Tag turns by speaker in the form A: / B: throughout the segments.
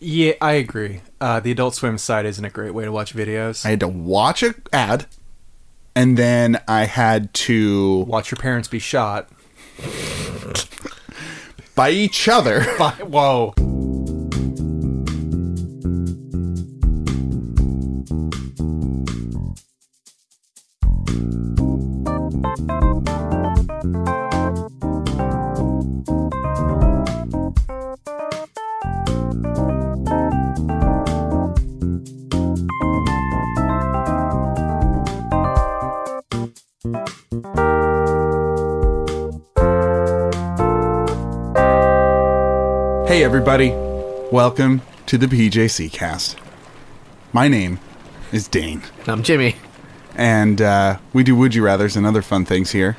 A: Yeah, I agree. Uh, the Adult Swim site isn't a great way to watch videos.
B: I had to watch a ad, and then I had to
A: Watch your parents be shot.
B: by each other.
A: By, whoa.
B: Hey, everybody. Welcome to the PJC cast. My name is Dane,
C: And I'm Jimmy.
B: and uh, we do Would You Rathers and other fun things here.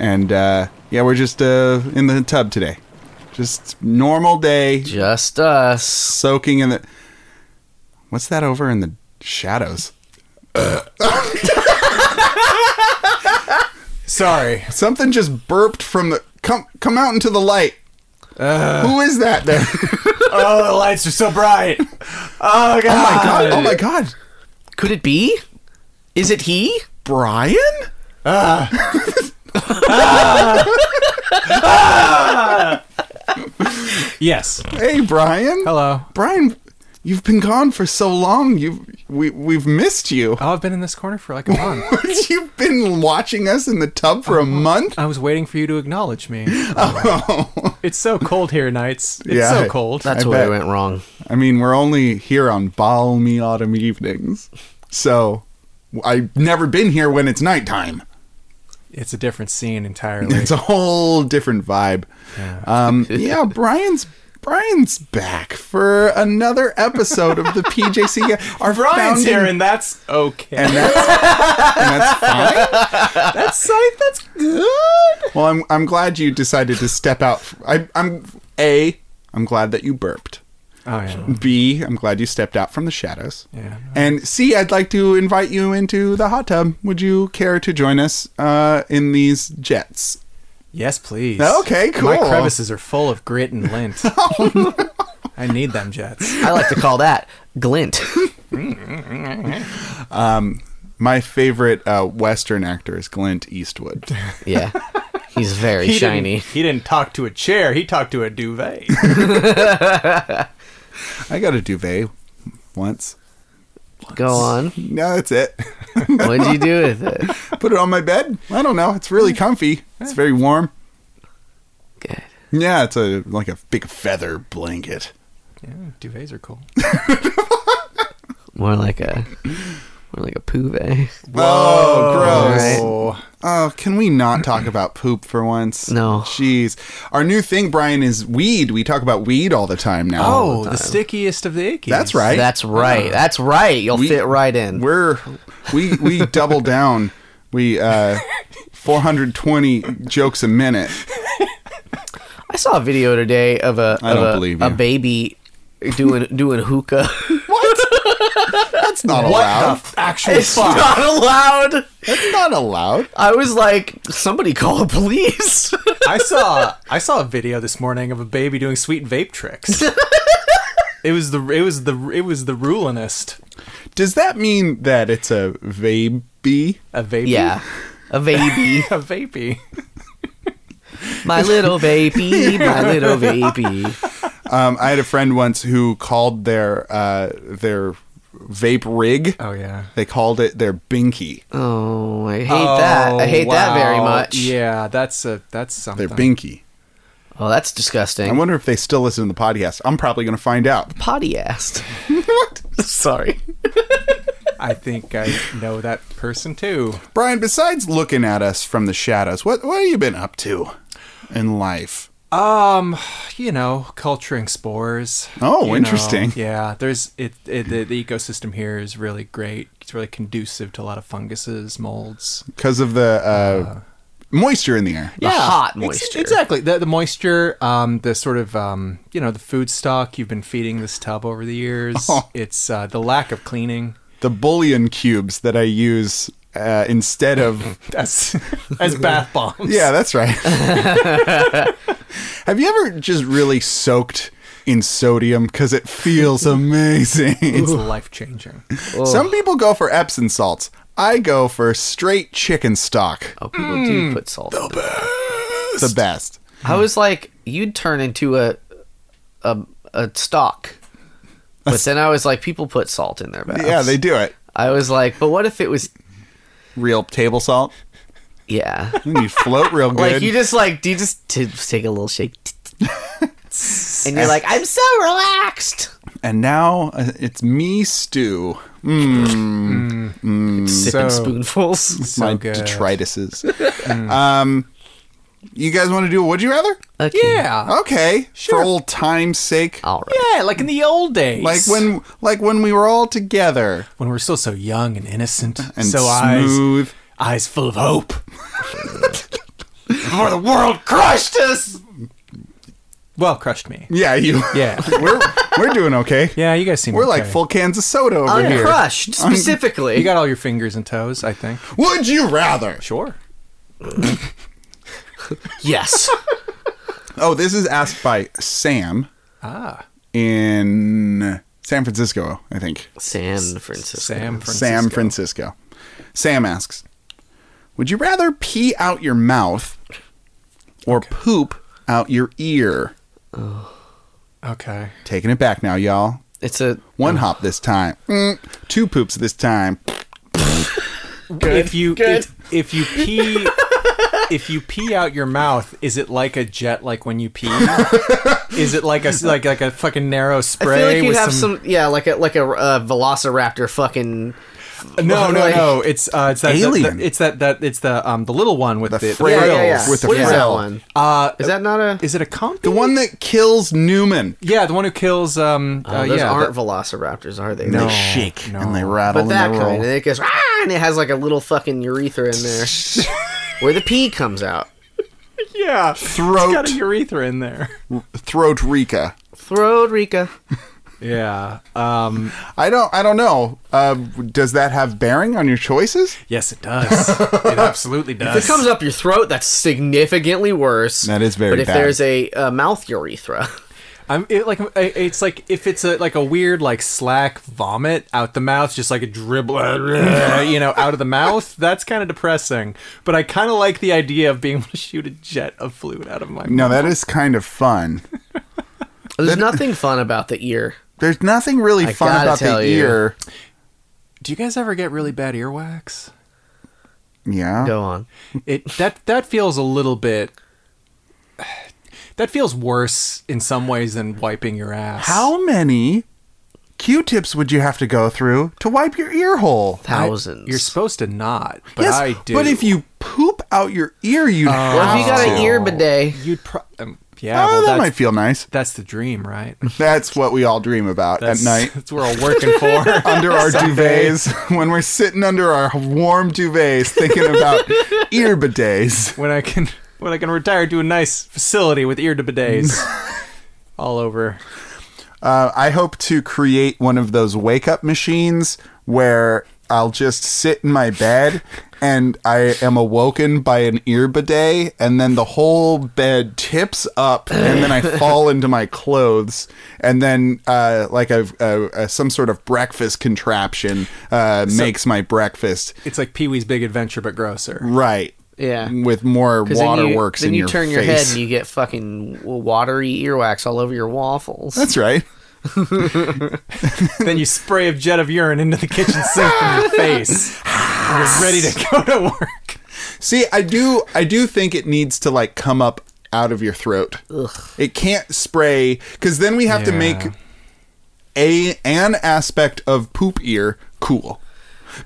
B: And uh, yeah, we're just uh, in the tub today. Just normal day,
C: Just us.
B: soaking in the. What's that over in the shadows?
A: Sorry.
B: Something just burped from the. Come, come out into the light. Who is that there?
A: oh, the lights are so bright. Oh, God.
B: Oh my god! Oh my god!
C: Could it be? Is it he?
B: Brian?
A: Yes.
B: Hey, Brian.
A: Hello.
B: Brian, you've been gone for so long. You we we've missed you.
A: Oh, I've been in this corner for like a month.
B: you've been watching us in the tub for a
A: Uh-huh.
B: month.
A: I was waiting for you to acknowledge me. It's so cold here, Knights. It's
B: Yeah.
A: so cold.
C: That's
B: I
C: where
B: bet.
C: we went wrong.
B: I mean, we're only here on balmy autumn evenings, so I've never been here when it's nighttime.
A: It's a different scene entirely.
B: It's a whole different vibe. Yeah, um, yeah Brian's. Brian's back for another episode of the PJC. Our
A: Brian's
B: founding-
A: here, and that's okay.
B: and that's, and that's fine.
A: That's safe. That's good.
B: Well, I'm I'm glad you decided to step out. I, I'm a. I'm glad that you burped.
A: Oh yeah.
B: B. I'm glad you stepped out from the shadows.
A: Yeah.
B: And C. I'd like to invite you into the hot tub. Would you care to join us uh, in these jets?
A: Yes, please.
B: Okay, cool.
A: My crevices are full of grit and lint. I need them jets.
C: I like to call that glint.
B: My favorite uh, Western actor is Glint Eastwood.
C: yeah. He's very shiny.
A: Didn't, he didn't talk to a chair. He talked to a duvet.
B: I got a duvet once.
C: Go on.
B: No, that's it.
C: What'd you do with it?
B: Put it on my bed. I don't know. It's really comfy. It's very warm.
C: Good.
B: Yeah, it's a like a big feather blanket.
A: yeah, duvets are cool.
C: More like a more like a pouvee.
B: Whoa, gross.
A: Oh,
B: Oh, can we not talk about poop for once?
C: No.
B: Jeez. Our new thing, Brian, is weed. We talk about weed all the time now.
A: oh, the stickiest of the ickies.
B: That's right. Uh,
C: That's right. That's right. You'll fit right in.
B: We're we we double down. We uh 420 jokes a minute.
C: I saw a video today of a
B: I
C: of
B: don't
C: a,
B: believe
C: a
B: you.
C: baby doing doing hookah.
B: That's not
A: What
B: allowed.
A: the f- actual
C: it's
A: fuck?
C: not allowed.
B: That's not allowed.
C: I was like, somebody call the police.
A: I saw I saw a video this morning of a baby doing sweet vape tricks. it was the it was the it was the rulinest
B: Does that mean that it's a baby?
A: a vapey.
C: yeah. A baby.
A: a vapey.
C: My little baby, my little baby.
B: Um, I had a friend once who called their uh their vape rig.
A: Oh yeah.
B: They called it their binky.
C: Oh, I hate that. I hate
B: Oh,
C: that very
A: wow.
C: much.
A: Oh, Yeah, that's a that's
B: Their
A: something.
B: binky.
C: Oh, that's
B: I
C: disgusting.
B: wonder if they still listen to the podcast. I'm probably going to find out.
C: Potty assed. Sorry.
A: I think I know that person too.
B: Brian, besides looking at us from the shadows, what what have you been up to in life?
A: Um, you know, culturing spores.
B: Oh,
A: you know.
B: interesting.
A: yeah, there's it, it the, the ecosystem here is really great. It's really conducive to a lot of funguses, molds.
B: Because of the uh, moisture in the air.
C: The hot moisture.
A: exactly. The, the moisture, um, the sort of um, you know, the food stock you've been feeding this tub over the years.
B: Oh.
A: It's uh, the lack of cleaning.
B: The bullion cubes that I use uh, instead of.
A: That's as bath bombs.
B: yeah, that's right. have you ever just really soaked in sodium because it feels amazing.
A: It's life changing.
B: Some people go for Epsom salts. I go for straight chicken stock.
C: Oh, people
B: Hmm.
C: do put salt. in it.
B: The best.
C: I was like, you'd turn into a a a stock. But then I was like, people put salt in their baths.
B: Yeah, they do it.
C: I was like, but what if it was?
B: Real table salt.
C: Yeah,
B: You float real good.
C: like you just like do you just t- take a little shake, and you're like, I'm so relaxed.
B: and now uh, it's me stew. Mm,
C: Sipping
A: So-
C: spoonfuls.
A: So
B: my
A: good.
B: detrituses. um, you guys want to do a would you rather?
C: Okay.
B: Oh.
A: Yeah.
B: Okay,
A: Sure.
B: for old time's sake.
C: All right.
A: Yeah, like in the old days.
B: Like when, like when we were all together
A: when we we're still so young and innocent
B: and
A: so eyes
B: smooth.
A: eyes full of hope.
B: Before the world crushed us.
A: Well, crushed me.
B: Yeah, you.
A: Yeah.
B: we're we're doing okay.
A: Yeah, you guys seem
B: We're like
A: okay.
B: full cans of soda over here.
C: Uncrushed specifically.
A: You got all your fingers and toes, I think.
B: Would you rather?
A: Sure.
C: yes.
B: Oh, this is asked by Sam
A: Ah,
B: in San Francisco, I think.
C: San Francisco.
A: Sam Francisco.
B: Sam Francisco. Sam asks, "Would you rather pee out your mouth or poop out your ear?"
A: Okay.
B: Taking it back now, y'all.
C: It's a
B: One hop this time. Mm, two poops this time.
A: if you If, if you pee if you pee out your mouth, is it like a jet? Like when you pee, is it like a like like a fucking narrow
C: I
A: spray?
C: feel like you'd
A: with
C: have some, yeah, like a like a uh, Velociraptor fucking
A: No, no,
C: like-
A: no. It's uh, it's that The,
B: Alien.
A: the, it's that that it's the um the little one with the, the
B: frill.
C: yeah,
A: frills.
C: yeah, yeah.
B: with the
C: What is that
B: frill.
C: one?
A: Uh,
C: Is that not a?
A: is it a comp?
B: The one that kills Newman.
A: yeah, the one who kills. Um,
C: Oh,
A: uh,
C: those
A: yeah,
C: aren't
A: that-
C: Velociraptors, are they?
B: They
C: They-
B: shake
A: no.
B: and they rattle
C: but that
B: and they
C: kind,
B: roll.
C: and it goes ah, and it has like a little fucking urethra in there, where the pee comes out.
A: yeah.
B: Throat,
A: Got a urethra in there.
B: throat, Rika.
C: Throat Rika.
A: Yeah. Um.
B: I don't. I don't know. Uh, does that have bearing on your choices?
A: Yes, it does. it absolutely does.
C: If it comes up your throat, that's significantly worse.
B: That is very
C: But if
B: bad.
C: there's a, uh mouth urethra,
A: I'm it, like I- it's like if it's a like a weird like slack vomit out the mouth, just like a dribble, you know, out of the mouth. That's kind of depressing. But I kind of like the idea of being able to shoot a jet of fluid out of my
B: No,
A: mouth.
B: that is kind of fun.
C: there's nothing fun about the ear.
B: There's nothing really
C: I
B: fun
C: gotta
B: about the
C: tell you.
B: ear.
A: Do you guys ever get really bad earwax?
B: Yeah.
C: Go on.
A: It that that feels a little bit. That feels worse in some ways than wiping your ass.
B: How many Q-tips would you have to go through to wipe your ear hole?
C: 1000s
A: You're supposed to not, but I do. Oh.
B: But if you poop out your ear, you
C: Well, if you got
B: have
C: an
B: to.
C: ear bidet,
A: you'd pro- um, yeah,
B: Oh,
A: well,
B: that
A: that's,
B: might feel nice.
A: that's the dream, right?
B: That's what we all dream about at
A: That's-
B: night.
A: That's what we're all working for.
B: Under our duvets, when we're sitting under our warm duvets, thinking about ear bidets.
A: when I can when I can retire to a nice facility with ear to bidets all over.
B: Uh, I hope to create one of those wake up machines where I'll just sit in my bed and I am awoken by an ear bidet, and then the whole bed tips up, and then I fall into my clothes, and then uh, like a, a, a some sort of breakfast contraption uh, makes my breakfast
A: It's like Pee Wee's Big Adventure but grosser.
B: right.
C: Yeah.
B: with more
C: 'Cause then
B: water
C: you-
B: works
C: Then
B: in
C: you
B: your
C: turn your head
B: face.
C: and you get fucking w- watery earwax all over your waffles.
B: That's right.
A: then you spray a jet of urine into the kitchen sink from your face. and you're ready to go to work.
B: See, I do I do think it needs to like come up out of your throat. It can't spray cuz then we have to
A: Yeah.
B: make a an aspect of poop ear cool.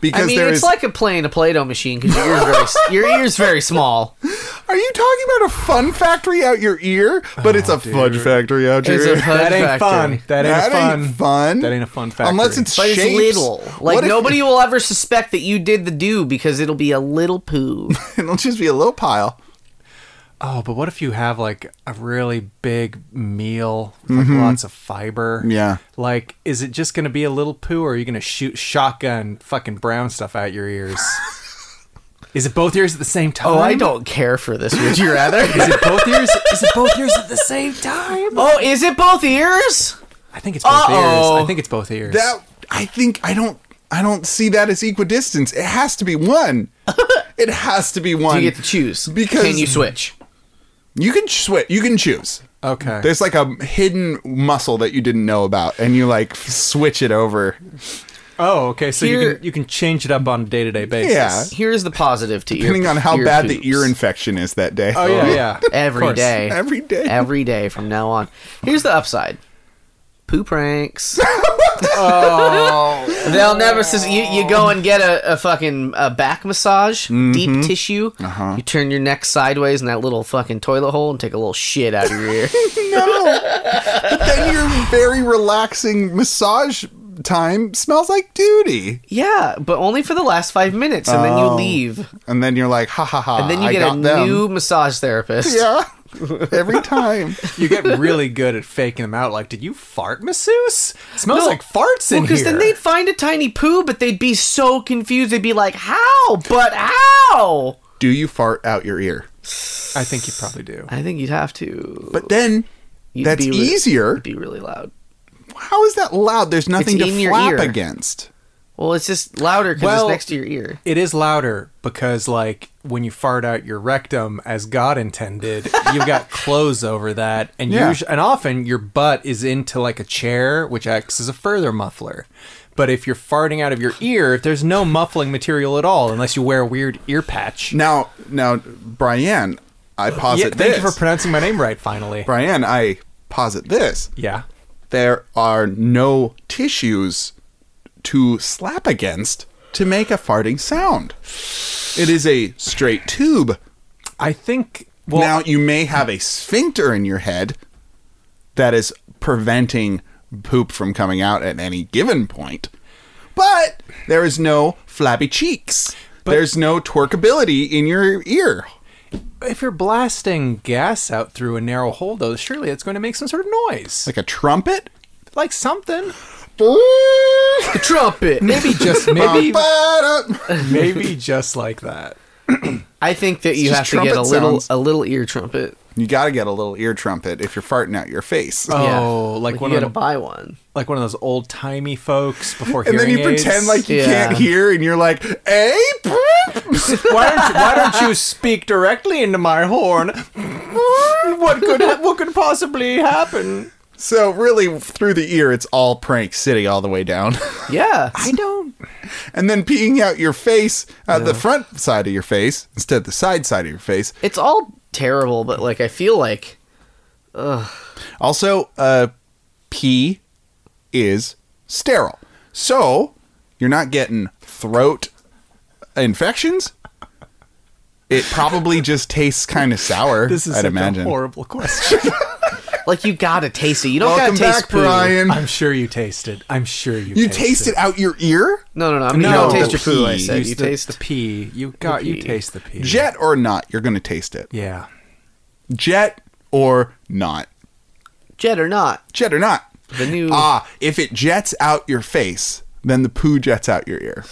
B: Because
C: I mean,
B: there
C: it's
B: is
C: like a playing a Play-Doh machine because your ear's very s- your ear's very small.
B: Are you talking about a fun factory out your ear, but it's a fudge factory out your
C: Oh, It's a
B: ear?
C: fun
A: That ain't
C: factory.
A: fun. That ain't
B: That
A: fun.
B: ain't fun.
A: That ain't a fun factory.
B: Unless it's
C: But it's
B: shapes.
C: little. Like
B: What if-
C: nobody will ever suspect that you did the do because it'll be a little poo.
B: it'll just be a little pile.
A: Oh, but what if you have like a really big meal with
C: Mm-hmm.
A: like lots of fiber?
B: Yeah.
A: Like, is it just gonna be a little poo or are you gonna shoot shotgun fucking brown stuff out your ears? Is it both ears at the same time?
C: Oh, I don't care for this. Would you rather?
A: Is it both ears? Is it both ears at the same time?
C: oh, is it both ears?
A: I think it's both
C: Uh-oh.
A: ears. I think it's both ears.
B: That I think I don't I don't see that as equidistance. It has to be one. it has to be one.
C: You get to choose.
B: Um, Because-
C: can you switch?
B: You can switch. You can choose.
A: okay.
B: There's like a hidden muscle that you didn't know about, and you like switch it over.
A: oh, okay. So you
C: Here-
A: can you can change it up on a day to day basis.
B: Yeah.
C: Here's the positive to
B: Uh, Depending
C: ear,
B: on how
C: ear
B: bad
C: poops.
B: the ear infection is that day.
A: Oh yeah, yeah. Of
C: every
A: course.
C: day,
B: Every day.
C: every day from now on. Here's the upside: poop ranks.
B: Oh.
C: They'll never. sus- You, you go and get a, a fucking a back massage,
B: Mm-hmm.
C: deep tissue.
B: Uh-huh.
C: You turn your neck sideways in that little fucking toilet hole and take a little shit out of your ear.
B: no. but then your very relaxing massage time smells like duty.
C: yeah, but only for the last five minutes, and then you leave,
B: And then you're like, ha ha ha.
C: and then you
B: Oh. Uh, I
C: get
B: got
C: a
B: them.
C: new massage therapist.
B: Yeah. Every time.
A: You get really good at faking them out. Like, did you fart, masseuse? Smells
C: No.
A: like farts in
C: because
A: here.
C: then they'd find a tiny poo, but they'd be so confused. They'd be like, "How? But how?"
B: Do you fart out your ear?
A: I think you probably do.
C: I think you'd have to.
B: But then
C: You'd
B: that's
C: be re-
B: easier.
C: It'd be really loud.
B: How is that loud? There's nothing
C: in
B: to
C: your
B: flap
C: ear.
B: against.
C: Well, it's just louder because
A: Well-
C: it's next to your ear.
A: It is louder because, like, when you fart out your rectum as God intended, you've got clothes over that, and
B: Yeah.
A: usu- and often your butt is into like a chair, which acts as a further muffler. But if you're farting out of your ear, if there's no muffling material at all, unless you wear a weird ear patch.
B: Now, now, Brian, I
A: Yeah,
B: posit
A: thank
B: this.
A: you for pronouncing my name right. Finally,
B: Brian, I posit this.
A: yeah.
B: There are no tissues to slap against to make a farting sound. It is a straight tube.
A: I think. Well,
B: now, you may have a sphincter in your head that is preventing poop from coming out at any given point, but there is no flabby cheeks. There's no twerkability in your ear.
A: if you're blasting gas out through a narrow hole, though, surely it's going to make some sort of noise,
B: Like a trumpet?
A: like something.
C: The trumpet.
A: Maybe just maybe
B: Ba-da.
A: maybe just like that.
C: I think that you
B: just
C: have to get a
B: trumpet
C: little
B: sounds.
C: a little ear trumpet.
B: You gotta get a little ear trumpet if you're farting out your face.
A: Oh,
C: Yeah.
A: like, one
C: you
A: of the,
C: gotta buy one.
A: like one of those old timey folks before
B: and
A: hearing
B: then you
A: aids.
B: pretend like you
C: Yeah.
B: can't hear and you're like, hey, poop!"
A: why don't you, why don't you speak directly into my horn? what could ha- what could possibly happen?
B: So, really, through the ear, it's all prank city all the way down.
C: Yeah.
A: I don't.
B: and then peeing out your face, uh, the front side of your face, instead of the side side of your face.
C: It's all terrible, but like I feel like
B: Also, uh, pee is sterile. So, you're not getting throat infections. It probably just tastes kind of sour,
A: This is
B: I'd
A: such
B: imagine.
A: a horrible question.
C: like you gotta taste it. You don't
B: Welcome
C: gotta taste
B: back,
C: poo.
B: Brian.
A: I'm sure you taste it. I'm sure you.
B: You
A: taste,
B: taste it out your ear?
C: No, no, no. I mean, you
A: No,
C: don't taste your
B: the
C: poo. I
B: pee.
C: said
A: Use
C: you
A: the,
C: taste.
A: the pee. You got you
C: pee.
A: taste the pee.
B: Jet or not, you're going to taste it.
A: Yeah.
B: Jet or not.
C: Jet or not,
B: Jet or not.
C: the new.
B: Ah, if it jets out your face, then the poo jets out your ear.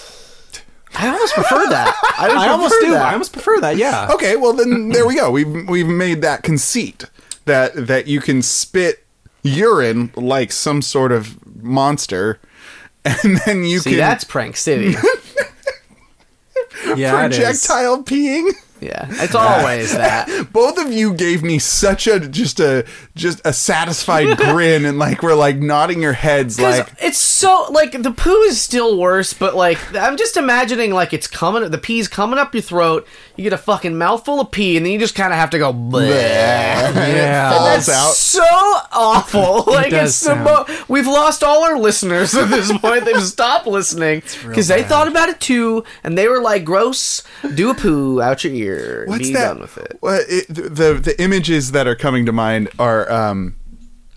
C: I almost prefer that. I,
A: I almost
C: prefer
A: do.
C: that.
A: I almost prefer that. Yeah.
B: Okay, well then there we go. We've we've made that conceit that that you can spit urine like some sort of monster and then you
C: See,
B: can
C: that's prank city.
A: yeah. it is.
B: projectile peeing.
C: Yeah, it's always that.
B: Both of you gave me such a just a just a satisfied grin and like we're like nodding your heads
C: Because
B: like
C: it's so like the poo is still worse, but like I'm just imagining like it's coming, the pee's coming up your throat. You get a fucking mouthful of pee, and then you just kind of have to go. Bleh.
A: Yeah.
B: falls
C: That's
B: out.
C: so awful. Like
A: does
C: it's the mo- we've lost all our listeners at this point. They've stopped listening because they thought about it too, and they were like, "Gross, do a poo out your ear.
B: What's
C: be
B: that?
C: done with it."
B: Well, it- the the images that are coming to mind are um,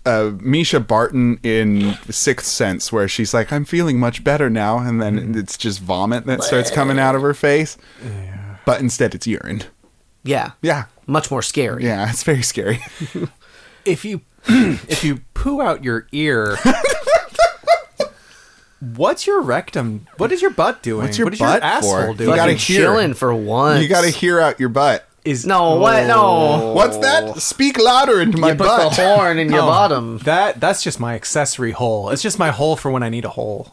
B: uh, Misha Barton in Sixth Sense, where she's like, "I'm feeling much better now," and then
C: Mm-hmm.
B: it's just vomit that starts coming out of her face. But instead, it's urine.
C: Yeah,
B: Yeah,
C: much more scary.
B: yeah, it's very scary.
A: if you if you poo out your ear what's your rectum? What is your butt doing?
B: What's your
A: what is
B: butt for?
A: your asshole
B: You
A: doing?
B: gotta
C: Fucking
B: hear.
C: chilling for once.
B: You Oh. got to hear out your butt.
A: is
C: No, what? No.
B: What's that? Speak louder into my
C: Oh. You put
B: butt.
C: the horn in your
A: Oh,
C: bottom.
A: That that's just my accessory hole. It's just my hole for when I need a hole.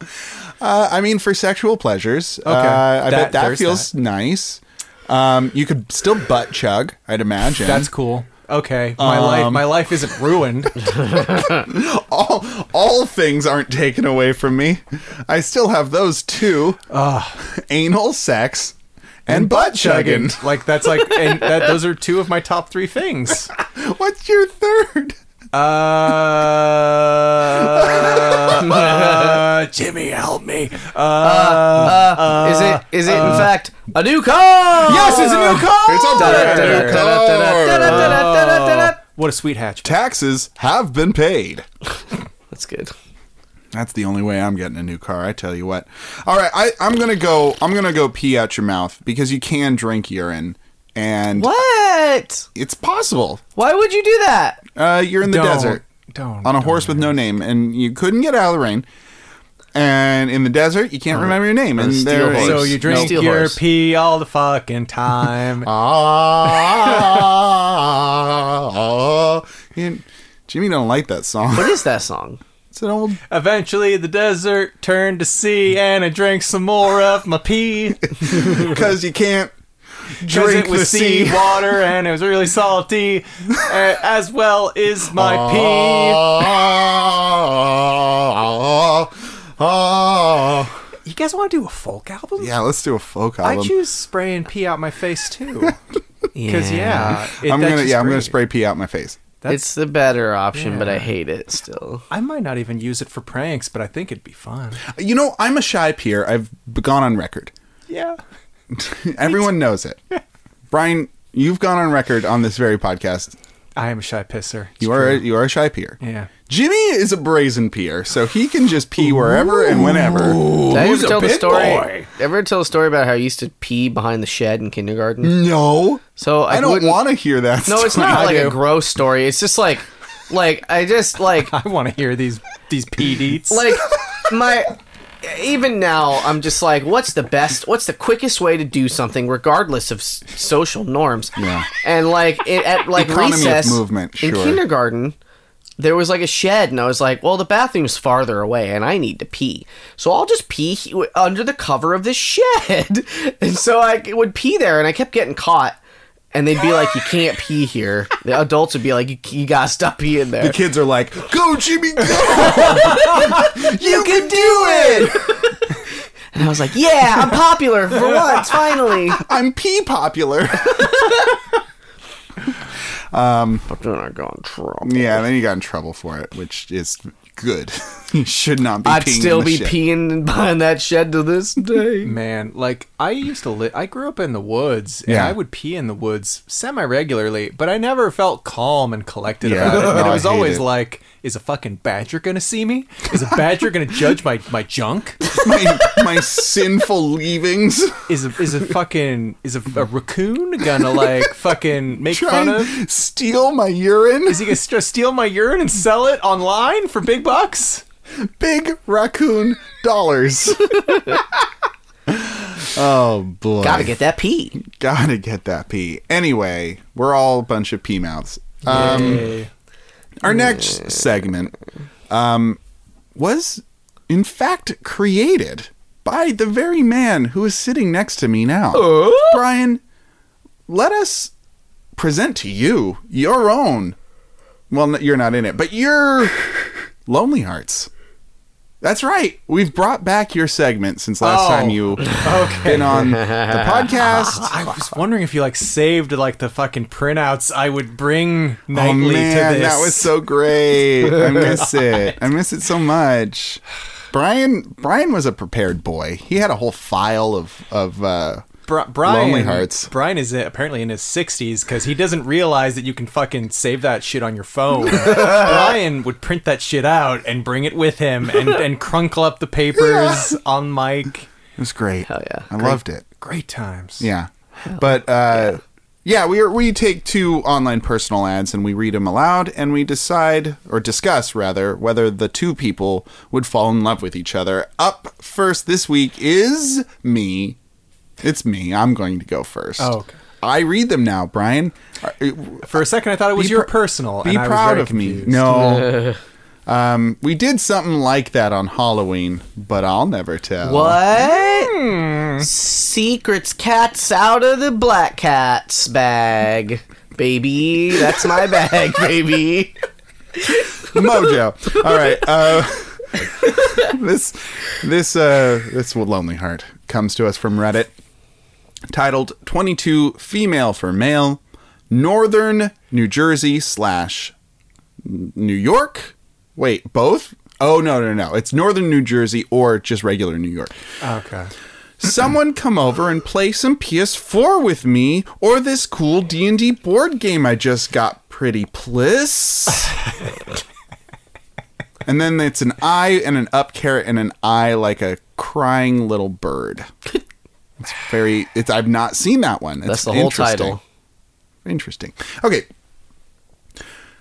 B: Uh, I mean, for sexual pleasures. Okay. Uh, I
A: That-
B: bet that
A: there's
B: feels nice. Um, you could still butt chug, I'd imagine.
A: That's cool. Okay, my life
B: Um,
A: my life isn't ruined.
B: all. All things aren't taken away from me. I still have those two: anal sex and, butt chugging.
A: like that's like and that, those are two of my top three things.
B: What's your third?
A: Uh, uh, Jimmy, help me.
C: is it? Is it in fact a new car?
A: Yes, Oh. it's a new car!
B: It's a brand new car.
A: What a sweet hatch.
B: Taxes have been paid.
C: That's good.
B: That's the only way I'm getting a new car. I tell you what. All right, I, I'm gonna go. I'm gonna go pee out your mouth because you can drink urine, and
C: What?
B: it's possible.
C: Why would you do that?
B: Uh, you're in the
A: Don't.
B: desert
A: Don't.
B: on a
A: don't.
B: horse with no name, and you couldn't get out of the rain. And in the desert, you can't remember your name. And
C: steel
B: there
C: horse.
B: is-
A: So you drink
C: Steel
A: your
C: horse.
A: pee all the fucking time.
B: Uh. ah. You- Jimmy don't like that song.
C: What is that song?
B: It's an old
A: Eventually, the desert turned to sea, and I drank some more of my pee.
B: because you can't
A: 'Cause
B: drink
A: it was
B: the sea.
A: water, and it was really salty, uh, as well is my
B: Ah.
A: pee. You guys want to do a folk album?
B: Yeah, let's do a folk
A: Ah. I
B: album.
A: choose spray and pee out my face too. Because yeah, it-
B: I'm
A: that's
B: gonna
A: just
B: yeah, I'm gonna
A: great.
B: spray pee out my face.
A: That's-
C: it's the better option, but I hate it still.
A: I might not even use it for pranks, but I think it'd be fun.
B: You know, I'm a shy peer. I've gone on record.
A: Yeah.
B: Everyone knows it. Brian, you've gone on record on this very podcast.
A: I am a shy pisser. It's
B: You are a,
A: true.
B: you are a shy peer.
A: Yeah.
B: Jimmy is a brazen peer, so he can just pee wherever and whenever.
C: Did I
A: who's
C: ever
A: a
C: tell the
A: big
C: story?
A: boy?
C: Ever tell the story about how I used to pee behind the shed in kindergarten?
B: No,
C: So I,
B: Mm. I don't
C: wouldn't-
B: want to hear that.
C: No, it's
B: story.
C: not like
A: do.
C: a gross story. It's just like, like I just like
A: I want to hear these these pee deets.
C: like my even now i'm just like what's the best what's the quickest way to do something regardless of s- social norms
B: Yeah.
C: and like it, at like
B: Economy of
C: recess
B: movement,
C: in
B: sure.
C: kindergarten there was like a shed and i was like well the bathroom's farther away and i need to pee so i'll just pee he- under the cover of this shed and so i would pee there and i kept getting caught and they'd be like you can't pee here the adults would be like you, you gotta stop peeing there
B: The kids are like, "Go, Jimmy, go! you can do it!
C: and i was like yeah i'm popular for once finally
B: I'm pee popular."
C: Then I got in trouble.
B: yeah, and then you got in trouble for it, which is good. you should not be.
C: I'd
B: peeing in
C: still
B: the
C: be
B: shit.
C: peeing behind that shed to this day.
A: Man, like I used to live. I grew up in the woods, and
B: Yeah.
A: I would pee in the woods semi regularly, but I never felt calm and collected
B: Yeah.
A: about it. And it
B: No, I
A: was
B: hate
A: always
B: it.
A: like, "Is a fucking badger gonna see me? Is a badger gonna judge my my junk?
B: my, my sinful leavings.
A: Is a is a fucking is a, a raccoon gonna like fucking make
B: Try
A: fun of?
B: and steal my urine.
A: Is he gonna st- steal my urine and sell it online for big bucks?"
B: Big raccoon dollars. oh boy!
C: Gotta get that pee.
B: gotta get that pee. Anyway, we're all a bunch of pee mouths. Um,
A: Yay.
B: our next segment um, was, in fact, created by the very man who is sitting next to me now.
A: Oh?
B: Brian, let us present to you your own. Well, n- you're not in it, but your Lonely Hearts. That's right. We've brought back your segment since last
A: Oh,
B: time you been on the podcast.
A: I was wondering if you like saved like the fucking printouts I would bring nightly to this.
B: Oh, that was so great. I miss it. I miss it so much. Brian Brian was a prepared boy. He had a whole file of of uh,
A: Bri- Brian,
B: Lonely Hearts.
A: Brian is uh, apparently in his 60s because he doesn't realize that you can fucking save that shit on your phone. Brian would print that shit out and bring it with him and, and crunkle up the papers on mic.
B: it was great.
C: yeah.
B: I loved it.
A: Great times.
B: Yeah. But uh Yeah, we are, we take two online personal ads and we read them aloud and we decide or discuss rather whether the two people would fall in love with each other. Up first this week is me. It's me. I'm going to go first.
A: Oh, okay.
B: I read them now, Brian. Are-
A: For a second, I thought it was
B: Be
A: your
B: pr-
A: personal.
B: Be
A: and I was
B: proud
A: very
B: of me.
A: confused.
B: No. um, we did something like that on Halloween, but I'll never tell.
C: What?
B: Hmm.
C: Secrets cats out of the black cat's bag. Baby, that's my bag, baby.
B: Mojo. All right. Uh, this this uh, this lonely heart comes to us from Reddit, titled "22 Female for Male, Northern New Jersey slash New York." Wait, both? Oh no no no! It's Northern New Jersey or just regular New York.
A: Okay.
B: Someone come over and play some PS4 with me or this cool D&D board game I just got pretty pliss. and then it's an eye and an up carrot and an eye like a crying little bird. It's very it's I've not seen that one. It's
C: That's the whole
B: interesting.
C: title.
B: Interesting. Okay.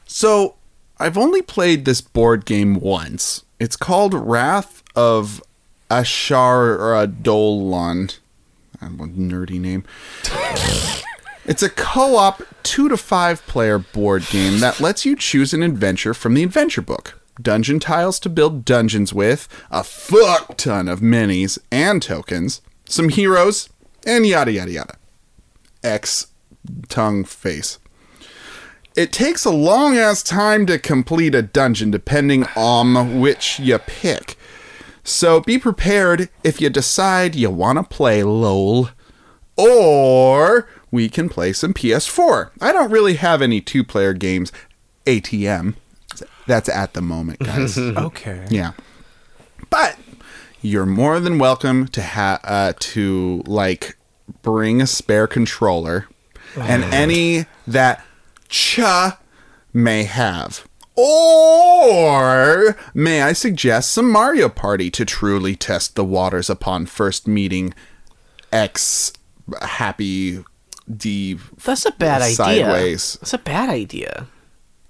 B: So, I've only played this board game once. It's called Wrath of Asharadolan. I'm a nerdy name. it's a co-op 2 to 5 player board game that lets you choose an adventure from the adventure book. Dungeon tiles to build dungeons with, a fuck ton of minis and tokens, some heroes, and yada yada yada. X tongue face. It takes a long ass time to complete a dungeon depending on which you pick. So be prepared if you decide you want to play LOL or we can play some PS4. I don't really have any two player games ATM. That's at the moment, guys.
A: Okay.
B: Yeah, but you're more than welcome to ha- uh, to like bring a spare controller and any that cha may have. Or may I suggest some Mario Party to truly test the waters upon first meeting X happy D
C: That's a bad idea.
B: Sideways.
C: That's a bad idea.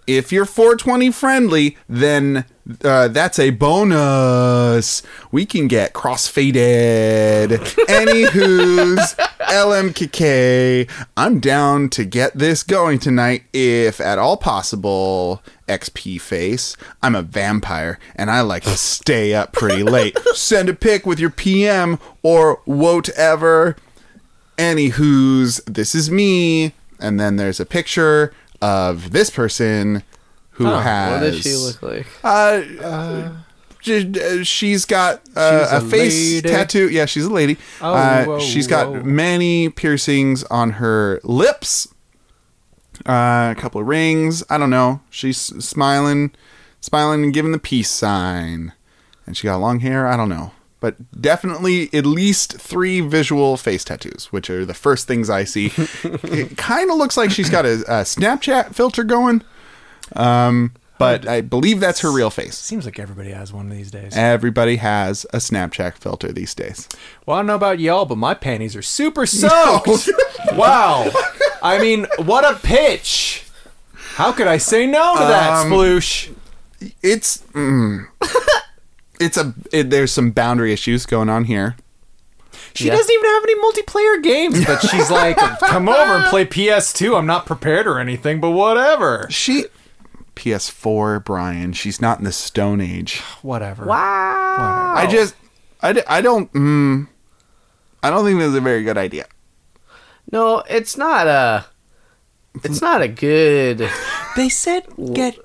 B: if you're 420 friendly, then uh, that's a bonus. We can get crossfaded. Anywho's LMKK. I'm down to get this going tonight, if at all possible. XP face. I'm a vampire and I like to stay up pretty late. Send a pic with your PM or whatever. Anywho's, this is me. And then there's a picture of this person who has.
C: What does she look like?
B: Uh, j- uh, she's got uh,
A: She's
B: a,
A: a
B: face
A: lady.
B: tattoo. Yeah, she's a lady.
A: Oh,
B: uh,
A: whoa,
B: she's got
A: whoa.
B: many piercings on her lips, uh, a couple of rings. I don't know. She's smiling, smiling, and giving the peace sign. And she got long hair. I don't know. But definitely at least three visual face tattoos, which are the first things I see. it kind of looks like she's got a, a Snapchat filter going. Um, but I believe that's her real face.
A: Seems like everybody has one of these days.
B: Everybody has a Snapchat filter these days.
A: Well, I don't know about y'all, but my panties are super soaked. wow. I mean, what a pitch. How could I say no to that,
B: Um,
A: Sploosh?
B: It's mm. it's a it, there's some boundary issues going on here.
A: She
C: yeah.
A: doesn't even have any multiplayer games, but she's like, come over and play PS2. I'm not prepared or anything, but whatever.
B: She PS4 Brian, she's not in the stone age.
A: Whatever.
C: Wow.
B: I just I, d- I don't mm, I don't think that's a very good idea.
C: No, it's not a. It's not a good
A: They said get.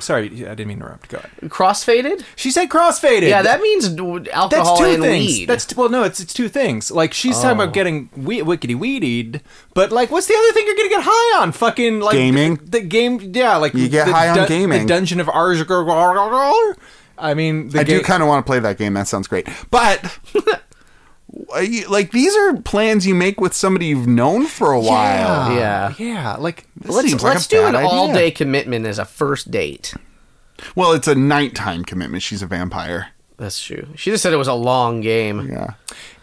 A: Sorry, I didn't mean to interrupt. Go ahead.
C: crossfaded.
A: She said crossfaded.
C: Yeah, that means d-
A: That's
C: alcohol
A: two
C: and
A: things.
C: weed.
A: That's well, no, it's it's two things. Like she's talking
B: Oh.
A: about getting we- wickety weedied, but like, what's the other thing you're gonna get high on? Fucking like
B: Gaming?
A: The, the game, yeah. Like
B: You get
A: the
B: high on
A: dun-
B: gaming.
A: The Dungeon of Arzgur. I mean, the
B: I do
A: ga-
B: kind of want to play that game. That sounds great. But are you- like these are plans you make with somebody you've known for a while.
A: yeah,
C: Yeah.
A: yeah. Like
B: Let's-
A: seems
B: like
A: like
B: a
C: Let's do an
B: bad idea.
C: all day commitment as a first date.
B: Well, it's a nighttime commitment. She's a vampire.
C: That's true. She just said it was a long game.
B: Yeah.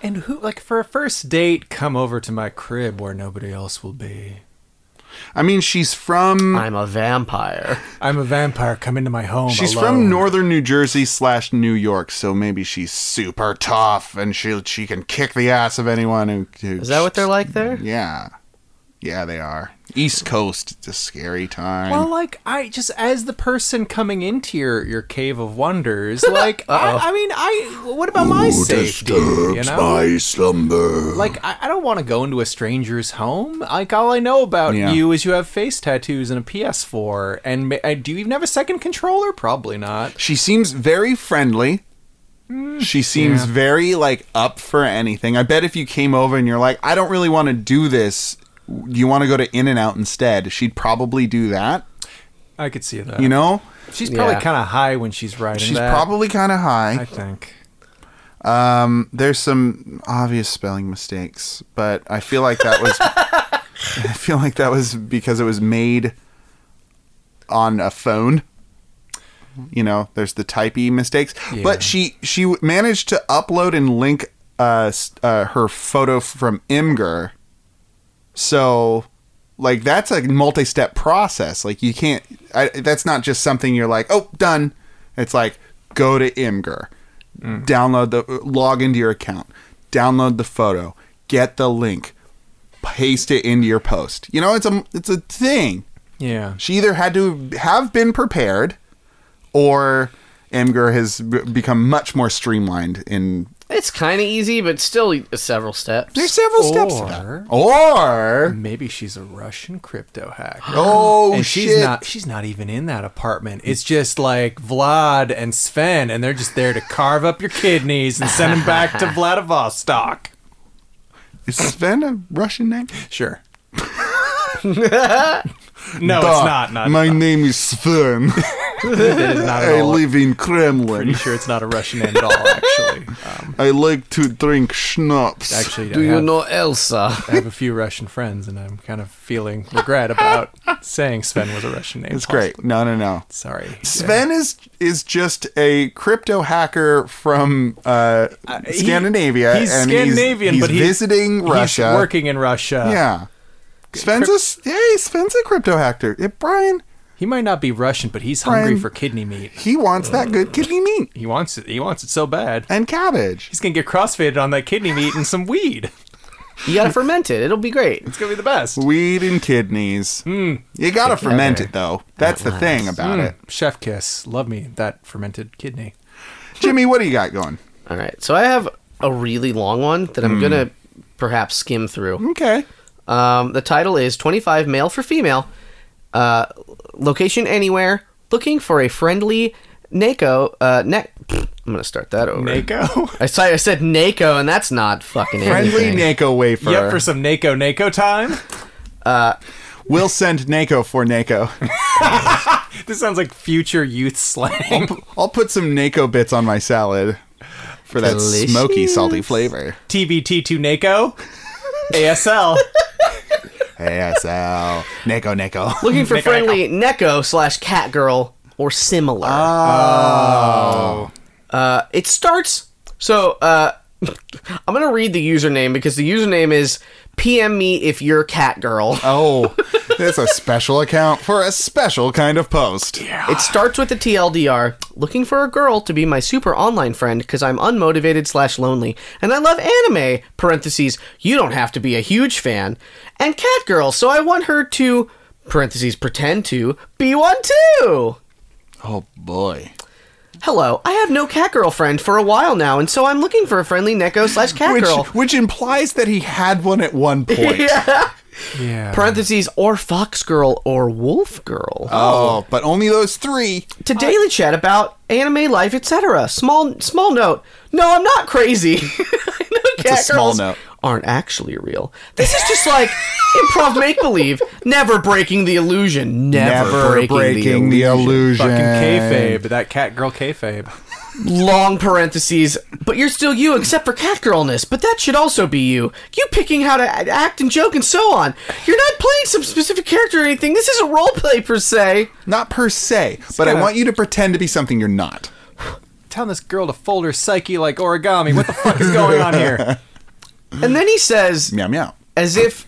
A: and who like for a first date, come over to my crib where nobody else will be.
B: I mean, she's from
C: I'm a vampire.
A: I'm a vampire. Come into my home.
B: She's
A: alone.
B: from northern New Jersey slash New York, so maybe she's super tough and she she can kick the ass of anyone who. who
C: Is that what they're like there?
B: Yeah, yeah, they are. East Coast, it's a scary time.
A: Well, like I just as the person coming into your your cave of wonders, like I, I mean, I what about my safety? You know,
B: slumber.
A: like I, I don't want to go into a stranger's home. Like all I know about
B: Yeah.
A: you is you have face tattoos and a PS4, and ma- uh, do you even have a second controller? Probably not.
B: She seems very friendly.
A: Hmm.
B: She seems very like up for anything. I bet if you came over and you're like, I don't really want to do this. Do you want to go to In and Out instead? She'd probably do that.
A: I could see that.
B: You know,
A: she's probably
C: Yeah.
A: kind of high when she's riding.
B: she's
A: that,
B: probably kind of high.
A: I think.
B: Um, there's some obvious spelling mistakes, but I feel like that was I feel like that was because it was made on a phone. You know, there's the typey mistakes,
A: Yeah.
B: but she she w- managed to upload and link uh, s- uh her photo from Imgur. So, like that's a multi-step process. Like you can't I, that's not just something you're like, "Oh, done." It's like go to Imgur download the log into your account download the photo get the link paste it into your post you know it's a it's a thing
A: Yeah.
B: she either had to have been prepared or Imgur has b- become much more streamlined in
C: It's kind of easy, but still several steps.
B: there's several steps to
A: Or-
B: that or
A: Maybe she's a Russian crypto hack.
B: oh
A: and
B: shit
A: she's not she's not even in that apartment. It's just like Vlad and Sven, and they're just there to carve up your kidneys and send them back to Vladivostok.
B: is Sven a Russian name
A: Sure. no, it's
B: Duh,
A: not. Not,
B: Ah, my name is Sven
A: it is not at
B: I
A: all.
B: live in
A: Pretty
B: Kremlin
A: sure it's not a Russian name at all. Actually, um,
B: I like to drink schnapps
A: actually,
C: Do
A: I,
C: you
A: have,
C: know Elsa?
A: I have a few Russian friends, and I'm kind of feeling regret about saying Sven was a Russian name.
B: it's great no no no
A: Sorry,
B: Sven is is just a crypto hacker from uh,
A: he-
B: Scandinavia.
A: he's
B: and
A: Scandinavian,
B: he's
A: but he's-
B: visiting
A: He's
B: Russia.
A: working in Russia.
B: Yeah, Sven's a s- hey, Sven's a crypto hacker. Eh, Brian,
A: He might not be Russian, but he's hungry
B: Brian-
A: for kidney meat.
B: he wants that good kidney meat
A: He wants it. He wants it so bad.
B: and cabbage.
A: He's gonna get crossfaded on that kidney meat and some weed.
C: You gotta ferment it. It'll be great.
A: It's gonna be the best.
B: Weed and kidneys.
A: Hmm.
B: You gotta ferment it though. That's the thing about it.
A: Chef kiss, love me that fermented kidney.
B: Jimmy, what do you got going?
C: All right. So I have a really long one that
A: Hmm.
C: I'm gonna perhaps skim through.
B: Okay.
C: Um, the title is 25 Male for Female. Uh, location anywhere. Looking for a friendly Nako. Uh, ne- I'm gonna start that over.
A: Nako.
C: I, saw, I said Nako, and that's not fucking
B: Friendly
C: anything.
B: Nako wafer.
A: Yep, for some Nako Nako time.
B: we'll send Nako for Nako.
A: This sounds like future youth slang.
B: I'll put some Nako bits on my salad for that
C: Delicious.
B: smoky, salty flavor.
A: TBT to Nako. ASL.
B: ASL. Nako, Nako.
C: Looking for friendly Neko slash cat girl or similar. Uh, it starts. So uh, I'm gonna read the username because the username is PM me if you're cat girl.
B: Oh, it's a special account for a special kind of post. Yeah.
C: It starts with the TLDR. Looking for a girl to be my super online friend because I'm unmotivated slash lonely, and I love anime. Parentheses. You don't have to be a huge fan. And cat girl. So I want her to. Parentheses. Pretend to be one too.
B: Oh, boy.
C: Hello, I have no cat girlfriend for a while now, and so I'm looking for a friendly Neko slash cat
B: Which,
C: girl.
B: which implies that he had one at one point.
A: Yeah.
C: Parentheses or fox girl or wolf girl
B: Oh, but only those three.
C: to daily chat about anime life, etc. Small small note. No, I'm not crazy. I know cat
B: a small
C: girls
B: note.
C: aren't actually real. This is just like improv make believe. Never breaking the illusion. Never, breaking, the illusion.
B: illusion.
A: Fucking kayfabe. That cat girl kayfabe.
C: long parentheses, but you're still you except for catgirlness, but that should also be you. You picking how to a- act and joke and so on. You're not playing some specific character or anything. This isn't roleplay per se.
B: Not per se, but I
A: kinda-
B: want you to pretend to be something you're not.
A: Telling this girl to fold her psyche like origami. What the fuck is going on here?
C: And then he says,
B: Meow, meow.
C: as if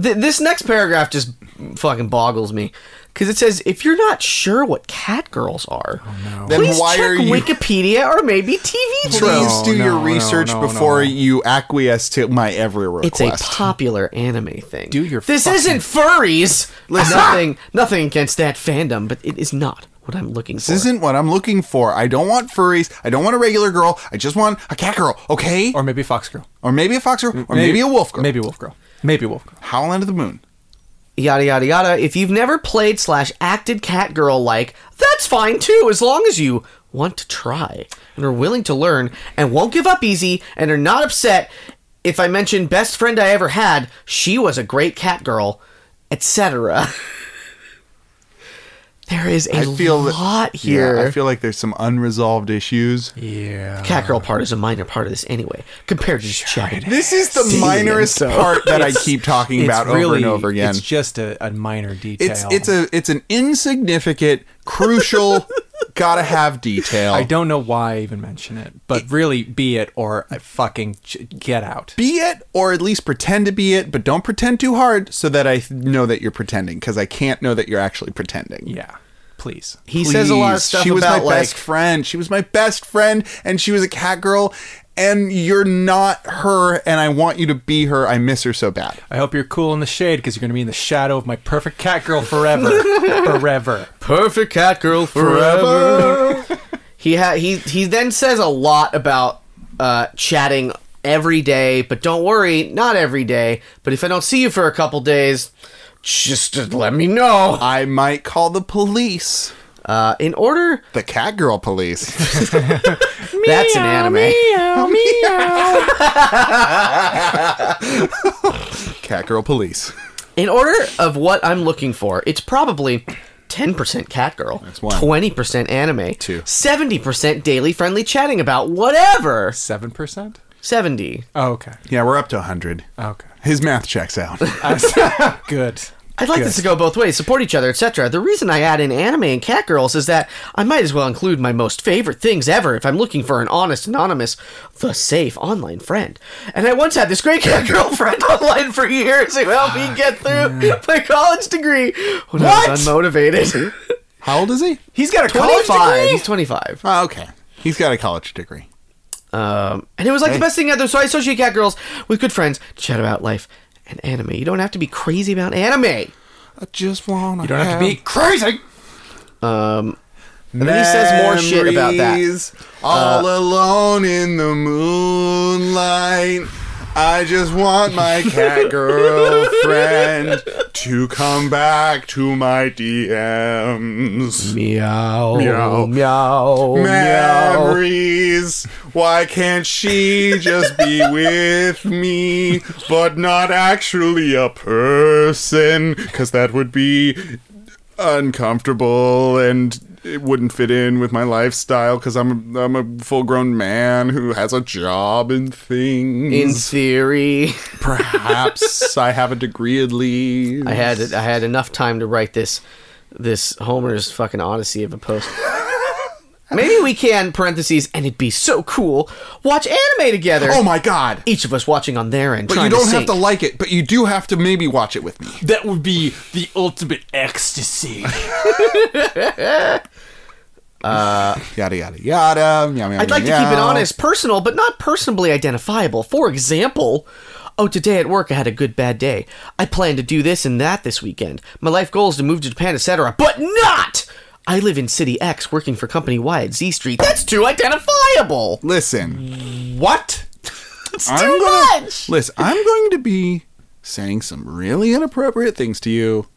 C: Th- this next paragraph just fucking boggles me because it says if you're not sure what cat girls are,
A: Oh,
B: Then
C: please
B: why
C: check
B: are you-
C: Wikipedia or maybe TV
B: Please
C: Tropes.
A: No,
B: do
A: no,
B: your
A: no,
B: research
A: no,
B: before
A: no.
B: you acquiesce to my every
C: It's
B: request.
C: a popular anime thing.
A: Do your
C: this
A: fucking-
C: isn't furries. nothing, nothing against that fandom, but it is not what I'm looking for.
B: this isn't what I'm looking for. I don't want furries. I don't want a regular girl. I just want a cat girl, okay? Or,
A: or maybe Fox Girl,
B: maybe a fox girl, or maybe, a wolf girl.
A: maybe Wolf Girl, maybe Wolf Girl.
B: Howl into the moon.
C: yada yada yada. If you've never played slash acted Catgirl like, that's fine too, as long as you want to try and are willing to learn and won't give up easy and are not upset if I mention best friend I ever had, she was a great Catgirl, etc. there is a
B: I feel that-
C: lot
B: Yeah,
C: here.
B: I feel like there's some unresolved issues.
A: Yeah.
C: Catgirl part is a minor part of this anyway, compared to just chatting.
B: This is the
C: See,
B: minorest
C: and so-
B: part that I keep talking about over and over again.
A: It's just a, a minor detail.
B: It's it's a it's an insignificant, crucial, gotta have detail.
A: I don't know why I even mention it, but really, be it or I fucking j- get out.
B: be it, or at least pretend to be it, but don't pretend too hard, so that I th- know that you're pretending, because I can't know that you're actually pretending.
A: yeah, please.
C: He says a lot of
B: Please.
C: stuff
B: She was
C: about
B: my
C: like
B: best friend. She was my best friend, and she was a cat girl. And you're not her, and I want you to be her. I miss her so bad.
A: I hope you're cool in the shade because you're going to be in the shadow of my perfect cat girl forever. forever.
C: perfect Catgirl Oh, forever. he ha- he he then says a lot about uh, chatting every day, but don't worry, not every day. But if I don't see you for a couple days, just uh, let me know.
B: I might call the police.
C: Uh, in order,
B: The cat girl police.
C: that's an anime.
B: cat girl police.
C: In order of what I'm looking for, it's probably 10% Catgirl,
B: one.
C: 20% anime,
B: Two.
C: 70% daily friendly chatting about whatever.
A: 7%?
C: 70.
A: Oh, okay.
B: Yeah, we're up to 100.
A: Okay.
B: His math checks out.
A: Good.
C: I'd like this to go both ways, support each other, etc. The reason I add in anime and catgirls is that I might as well include my most favorite things ever if I'm looking for an honest, anonymous, the safe online friend. And I once had this great catgirl friend online for years who helped me get through my college degree when I was unmotivated.
B: How old is he?
A: He's got a college
C: 25.
A: degree?
C: He's 25.
B: Oh, okay. He's got a college degree.
C: Um, and it was like the best thing ever. So I associate catgirls with good friends to chat about life and anime. You don't have to be crazy about anime.
B: I just want to
A: You don't have to be crazy.
C: Um, And then he says more shit about that. uh,
B: All alone in the moonlight. I just want my cat girlfriend to come back to my DMs.
C: Meow.
B: Meow.
C: Meow. Meow.
B: Memories. Why can't she just be with me, but not actually a person? Because that would be uncomfortable and it wouldn't fit in with my lifestyle because I'm, I'm a full grown man who has a job and
C: In
B: things.
C: theory,
B: Perhaps I have a degree at least.
C: I had I had enough time to write this this Homer's fucking Odyssey of a post. Maybe we can parentheses and it'd be so cool. Watch anime together.
B: Oh my god!
C: Each of us watching on their end.
B: But you
C: trying
B: don't
C: to
B: have
C: sync.
B: to like it, but you do have to maybe watch it with me.
A: That would be the ultimate ecstasy.
B: yada yada yada. Yum, yum,
C: I'd like to keep it honest, personal, but not personally identifiable. For example, oh, today at work I had a good bad day. I plan to do this and that this weekend. My life goal is to move to Japan, etc. But not! I live in City X, working for Company Y at Z Street. That's too identifiable!
B: Listen,
A: what?
C: It's
B: I'm
C: too
B: gonna-
C: much!
B: listen. I'm going to be saying some really inappropriate things to you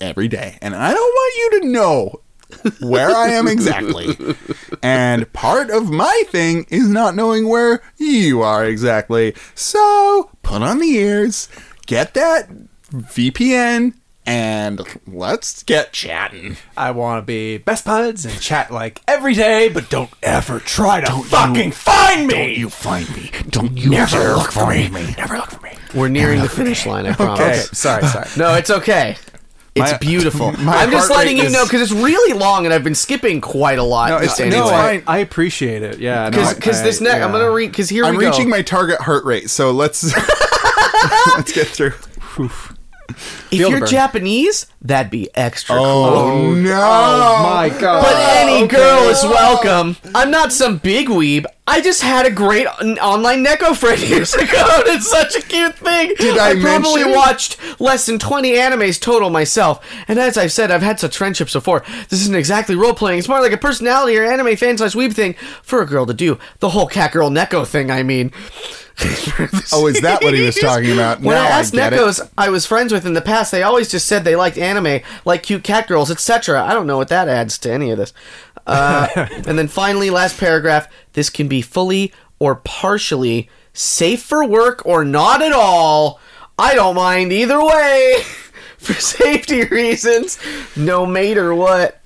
B: every day, and I don't want you to know where I am exactly. and part of my thing is not knowing where you are exactly. So put on the ears, get that VPN, and let's get chatting.
A: I want to be best buds and chat like every day, but don't ever try to fucking find me.
B: You find me. Don't you never look for me.
A: Never look for me.
C: We're nearing the finish line, I promise.
A: Okay, sorry, sorry.
C: No, it's okay. It's
B: My-
C: beautiful.
B: my
C: I'm just
B: heart
C: letting
B: rate
C: you
B: is-
C: know because it's really long and I've been skipping quite a lot.
B: No,
C: just
B: it's- no,
C: anyway.
B: I-
A: I appreciate it. Yeah, no, I-
C: because
A: I-
C: this neck, I'm
A: yeah.
C: gonna read. Because here
B: I'm
C: we go.
B: reaching my target heart rate, so let's let's get through.
C: If
A: Field
C: you're
A: burn.
C: Japanese, that'd be extra cool.
B: Oh, no!
A: Oh my god.
C: But any girl is welcome. I'm not some big weeb. I just had a great on- online Neko friend years ago, and it's such a cute thing. Did
B: I
C: probably
B: mention-
C: watched less than 20 animes total myself, and as I've said, I've had such friendships before. This isn't exactly role playing. It's more like a personality or anime fan slash weeb thing for a girl to do. The whole cat girl Neko thing, I mean.
B: Oh, is that what he was talking about?
C: When
B: Now
C: I
B: I
C: asked
B: get it.
C: Nekos I was friends with in the past, they always just said they liked anime, like cute cat girls, etc. I don't know what that adds to any of this. Uh, and then finally, last paragraph this can be fully or partially safe for work or not at all. I don't mind either way. For safety reasons, no matter what.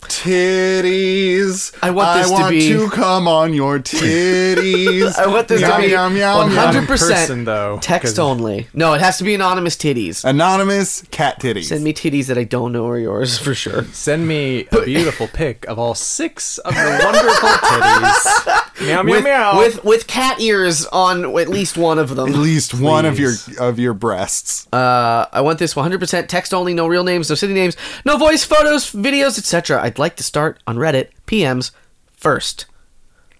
B: titties.
C: I want this to be-
B: to come on your titties.
C: I want this
B: Yum,
C: to be
B: yum, yum, yum.
C: 100%
A: person, though,
C: text
A: 'cause-
C: only. No, it has to be anonymous titties.
B: Uh, Anonymous cat titties.
C: Send me titties that I don't know are yours for sure.
A: Send me a beautiful pic of all six of your wonderful titties. meow meow
C: with,
A: meow.
C: with with cat ears on at least one of
B: At
C: them.
B: least one of your of your breasts.
C: Uh, I want this 100% text only, no real names, no city names, no voice, photos, videos, etc. I'd like to start on Reddit PMs first,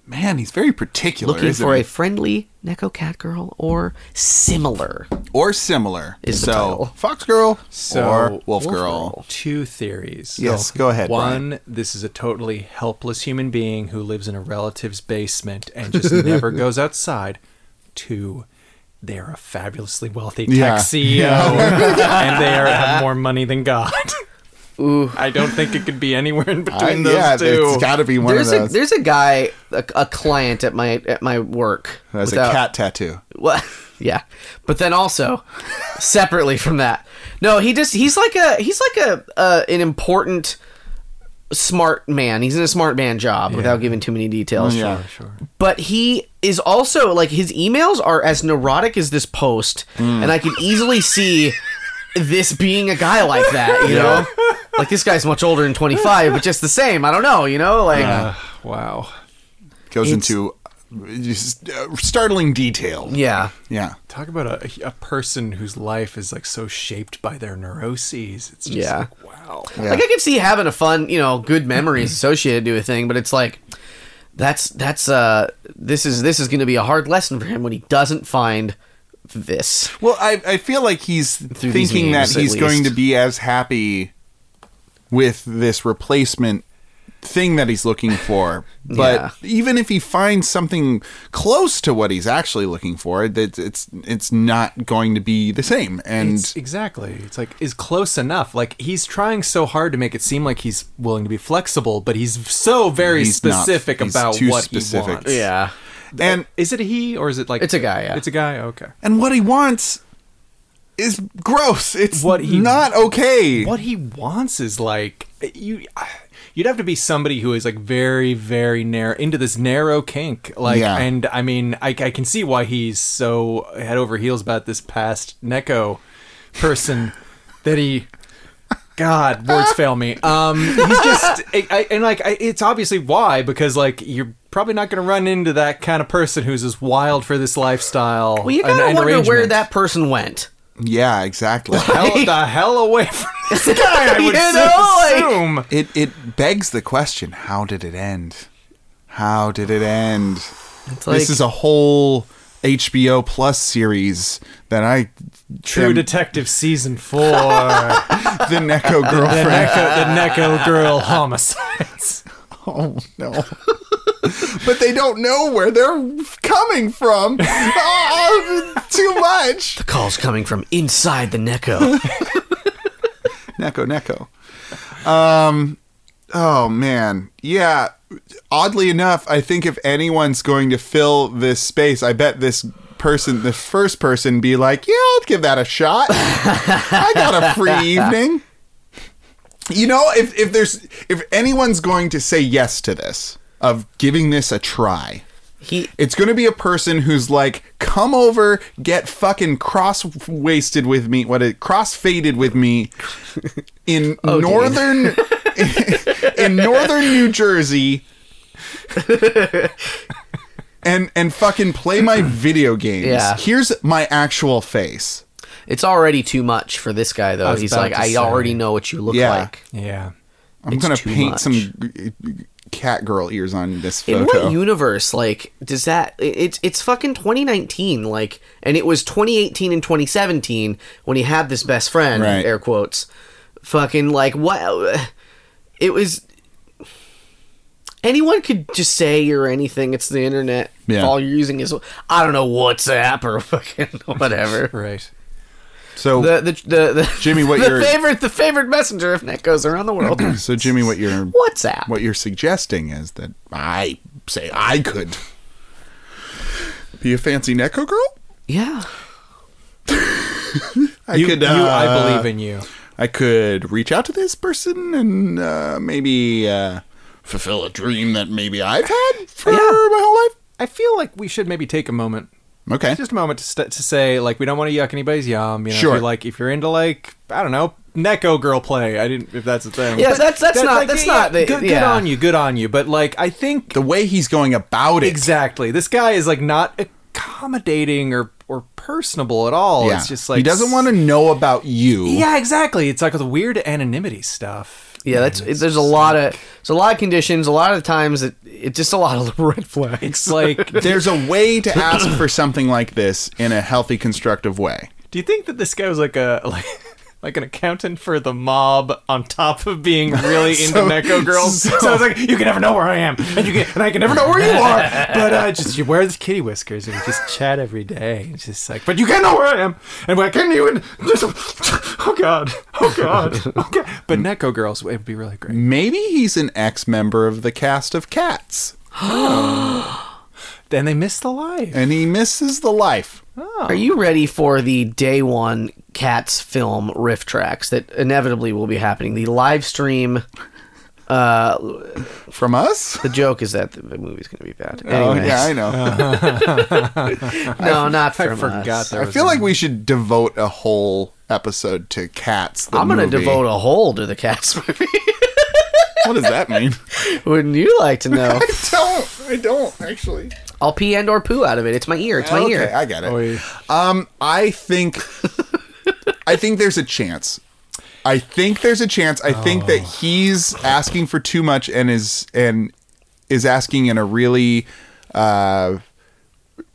B: Man, he's very particular.
C: looking
B: isn't
C: for
B: he?
C: a friendly Neko cat girl or similar.
B: or similar.
C: Is the
B: so
C: title.
B: fox girl
A: So,
B: or wolf,
C: Wolf
B: girl.
C: Girl.
A: two theories.
B: Yes, go ahead,
A: One, this is a totally helpless human being who lives in a relative's basement and just never goes outside. Two, they're a fabulously wealthy tech
B: Yeah.
A: CEO and they are, have more money than God. Ooh. I don't think it could be anywhere in between
B: I-
A: those
B: yeah,
A: two.
B: it's got to be one
C: There's
B: of
C: a
B: those.
C: there's a guy, a, a client at my at my work.
B: That's a
C: without-
B: cat tattoo.
C: Well, yeah, but then also separately from that, no, he just he's like a he's like a uh, an important smart man. He's in a smart man job without giving too many details.
B: Yeah.
A: sure.
C: But he is also like his emails are as neurotic as this post, and I can easily see this being a guy like that. You know, like this guy's much older than twenty five, but just the same. I don't know. You know, like
A: Uh, wow.
B: Goes
C: It's-
B: into uh, just, uh, startling detail.
C: yeah.
B: Yeah.
A: Talk about a, a person whose life is like so shaped by their neuroses. It's just
C: Yeah.
A: like, wow.
B: Yeah.
C: Like I could see having a fun, you know, good memories associated to a thing, but it's like that's that's uh this is this is going to be a hard lesson for him when he doesn't find this.
B: Well, I, I feel like he's
C: these
B: thinking that
C: memes, at
B: he's going
C: least.
B: to be as happy with this replacement thing that he's looking for. But
C: Yeah.
B: even if he finds something close to what he's actually looking for, that it's it's not going to be the same. And
A: It's- exactly. It's like is close enough. Like he's trying so hard to make it seem like he's willing to be flexible, but he's so very
B: He's not.
A: specific
B: He's
A: about
B: too
A: what
B: specific.
A: he wants.
C: Yeah.
B: and
A: Is it a he or is it like
C: It's a guy, yeah.
A: It's a guy. Okay.
B: and what he wants is gross. It's
A: What he-
B: not okay.
A: What he wants is like you. You'd have to be somebody who is like very, very narrow into this narrow kink. Like,
B: Yeah.
A: and I mean, I, I can see why he's so head over heels about this past Neko person that he. God, words fail me. Um, he's just, I, I, and like, I, it's obviously why because like you're probably not going to run into that kind of person who's as wild for this lifestyle.
C: Well, you
A: and-
C: got to
A: and
C: wonder where
A: arrangement.
C: that person went.
B: Yeah, exactly.
A: hell, the hell away from this guy. I would
C: You know, like-
A: assume.
B: it it begs the question: How did it end? How did it end?
C: It's like
B: this is a whole HBO Plus series that I
A: True
B: am
A: Detective season four, the
B: the Neko girlfriend.
A: Neko, the Neko girl homicides.
B: oh no! but they don't know where they're coming from. oh, too much.
C: calls coming from inside the Neko.
B: Neko Neko. Um. Oh man. Yeah. Oddly enough, I think if anyone's going to fill this space, I bet this person, the first person, be like, "Yeah, I'll give that a shot. I got a free evening." You know, if if there's if anyone's going to say yes to this of giving this a try,
C: he
B: it's going to be a person who's like, come over, get fucking cross wasted with me. What it cross faded with me in
C: Oh,
B: northern in northern New Jersey. and and fucking play my video games.
C: Yeah.
B: Here's my actual face.
C: It's already too much for this guy though.
A: was
C: He's
A: about
C: like,
A: to
C: I
A: say.
C: already know what you look
B: Yeah.
C: like.
A: Yeah.
B: I'm
C: It's
B: gonna
C: too
B: paint
C: much.
B: some g- g- cat girl ears on this
C: In
B: photo.
C: what universe, like, does that? it- It's it's fucking 2019, like, and it was 2018 and 2017 when he had this best friend,
B: Right.
C: air quotes, fucking like what? It was. Anyone could just say or anything. It's the internet.
B: Yeah.
C: All you're using is I don't know WhatsApp or fucking whatever.
A: Right.
B: so,
C: the, the the the
B: Jimmy, what
C: the
B: you're-
C: favorite the favorite messenger of Netco's around the world.
B: so Jimmy, what you're
C: WhatsApp.
B: what you're suggesting is that I say I could be a fancy Neko girl.
C: Yeah.
B: I
A: You,
B: could.
A: you-
B: uh,
A: I believe in you.
B: I could reach out to this person and uh, maybe uh, fulfill a dream that maybe I've had for
C: Yeah.
B: my whole life.
A: I feel like we should maybe take a moment,
B: Okay.
A: just a moment to, st- to say like we don't want to yuck anybody's yum. You know,
B: Sure.
A: if you're like if you're into like I don't know Neko girl play. I didn't if that's a thing.
C: Yeah, that's- that's not- that's not the-
A: good, good
C: yeah.
A: on you. Good on you. But like I think
B: the way he's going about it.
A: exactly this guy is like not accommodating or or personable at all.
B: Yeah.
A: It's just like
B: he doesn't want to know about you.
A: Yeah, exactly. It's like the weird anonymity stuff.
C: Yeah, that's there's a lot of there's a lot of conditions. A lot of times, it, it's just a lot of red flags.
A: It's like
B: There's a way to ask for something like this in a healthy, constructive way.
A: Do you think that this guy was like a like, like an accountant for the mob on top of being really
B: So-
A: into Neko girls? So, I was like, you can never know where I am, and you can and I can never know where you are. But uh, just you wear the kitty whiskers and we just chat every day. It's just like, but you can't know where I am, and why can't you? And just, oh god, oh god, okay. But Neko girls, it would be really great.
B: Maybe he's an ex member of the cast of Cats
A: Then they miss the life.
B: and he misses the life.
C: Are you ready for the day one Cats film riff tracks that inevitably will be happening? The live stream.
B: From us?
C: The joke is that the the movie's going to be bad.
B: Oh,
C: Anyway,
B: yeah, I know.
C: no, not from
A: I forgot
C: us.
A: there
B: I
A: was
B: feel
A: a-
B: like we should devote a whole episode to Cats. The
C: I'm going to
B: movie.
C: devote a whole to the Cats movie.
B: What does that mean?
C: Wouldn't you like to know?
B: I don't. I don't actually.
C: I'll pee and or poo out of it. It's my ear. It's my
B: okay,
C: ear.
B: I got it.
A: Oy.
B: Um, I think, I think there's a chance. I think there's a chance. I think that
A: Oh.
B: he's asking for too much and is and is asking in a really uh,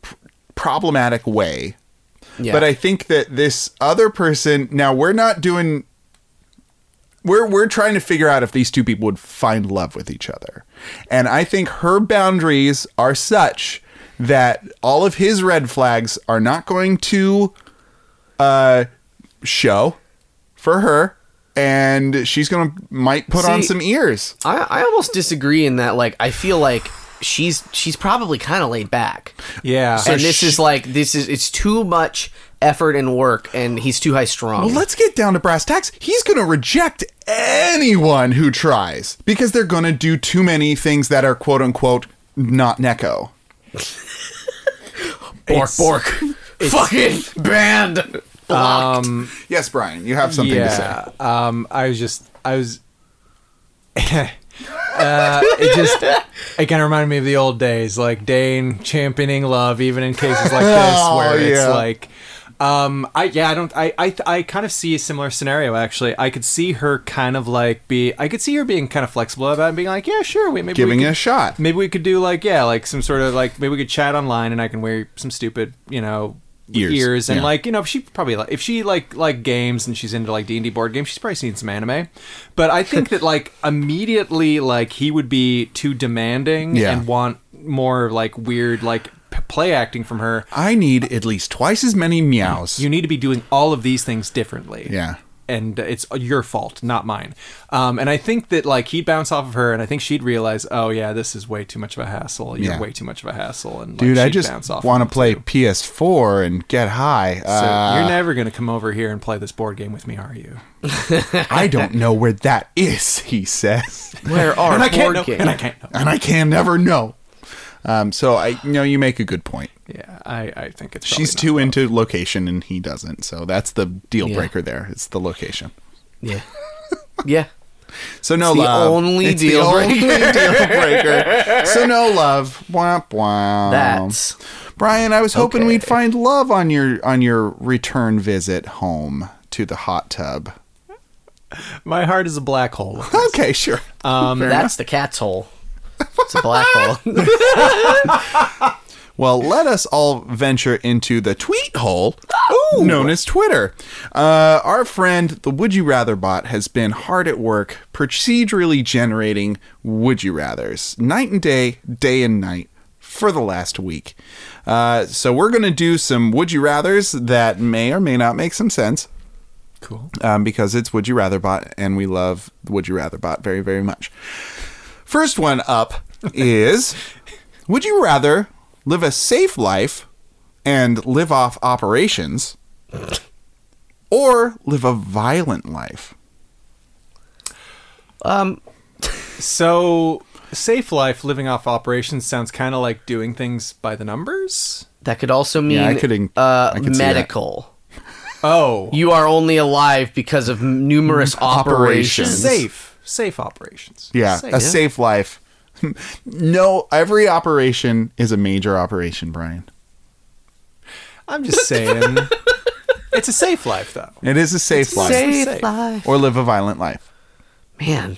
B: pr- problematic way.
C: yeah.
B: But I think that this other person. Now we're not doing. We're we're trying to figure out if these two people would find love with each other, and I think her boundaries are such that all of his red flags are not going to uh, show for her, and she's gonna might put on
C: See-
B: some ears.
C: I, I almost disagree in that. Like, I feel like she's she's probably kind of laid back.
A: yeah.
C: and this
B: she-
C: is like this is it's too much effort and work, and he's too high strung.
B: Well, let's get down to brass tacks. He's going to reject anyone who tries because they're going to do too many things that are quote unquote not Neko.
C: Bork
A: It's-
C: Bork. Fucking banned. Blocked.
B: Yes, Brian, you have something to
A: Um, yeah, Um, I was just, I was. uh, it just it kind of reminded me of the old days, like Dane championing love, even in cases like this,
B: Oh,
A: where it's
B: yeah.
A: like, um, I yeah, I don't, I, I, I kind of see a similar scenario actually. I could see her kind of like be, I could see her being kind of flexible about it and being like, yeah, sure, we maybe
B: say. Giving
A: we
B: it
A: could,
B: a shot.
A: maybe we could do like yeah like some sort of like maybe we could chat online and i can wear some stupid you know
B: Ears,
A: ears, and
B: yeah.
A: like you know if she probably like if she like like games and she's into like d&d board games she's probably seen some anime but i think that like immediately like he would be too demanding
B: Yeah.
A: and want more like weird like p- play acting from her
B: I need at least twice as many meows.
A: you need to be doing all of these things differently
B: yeah.
A: and it's your fault, not mine. Um, and I think that like he'd bounce off of her, and I think she'd realize, oh yeah, this is way too much of a hassle. You're
B: Yeah.
A: way too much of a hassle, and like,
B: Dude, I
A: she'd
B: just
A: bounce off.
B: want
A: him.
B: to play PS4 and get high.
A: So
B: Uh,
A: you're never gonna come over here and play this board game with me, are you?
B: I don't know where that is, he says.
C: Where are
A: and I can't
C: Borg
A: know.
C: King?
A: And I can't know.
B: and I can never know. Um, so I you know you make a good point.
A: Yeah, I, I think it's
B: She's
A: probably
B: too into location and he doesn't. So that's the deal
C: Yeah.
B: breaker there. It's the location.
C: Yeah. Yeah.
B: So no
C: It's the
B: love.
C: only
B: It's
C: deal
B: only deal breaker. So no love. Womp womp.
C: That's
B: Brian, I was hoping
C: Okay.
B: we'd find love on your on your return visit home to the hot tub.
A: My heart is a black hole.
B: Okay, sure.
C: That's the cat's hole. It's a black hole.
B: Well, let us all venture into the tweet hole, known as Twitter. Uh, our friend, the Would You Rather bot, has been hard at work procedurally generating Would You Rathers night and day, day and night for the last week. Uh, so we're going to do some Would You Rathers that may or may not make some sense
A: Cool.
B: um, because it's Would You Rather Bot, and we love Would You Rather Bot very, very much. First one up is Would you rather live a safe life and live off operations or live a violent life?
C: um,
A: So, safe life, living off operations sounds kind of like doing things by the numbers.
C: that could also mean
B: Yeah, I could in-
C: uh,
B: I could see that.
C: medical.
A: Oh,
C: You are only alive because of numerous
B: Operations.
C: operations.
A: safe, safe operations.
B: Yeah,
A: Safe.
B: a safe life. no, every operation is a major operation, Brian.
A: I'm just saying, it's a safe life though.
B: It is a safe life.
A: Safe Safe.
C: life.
B: Or live a violent life.
C: Man,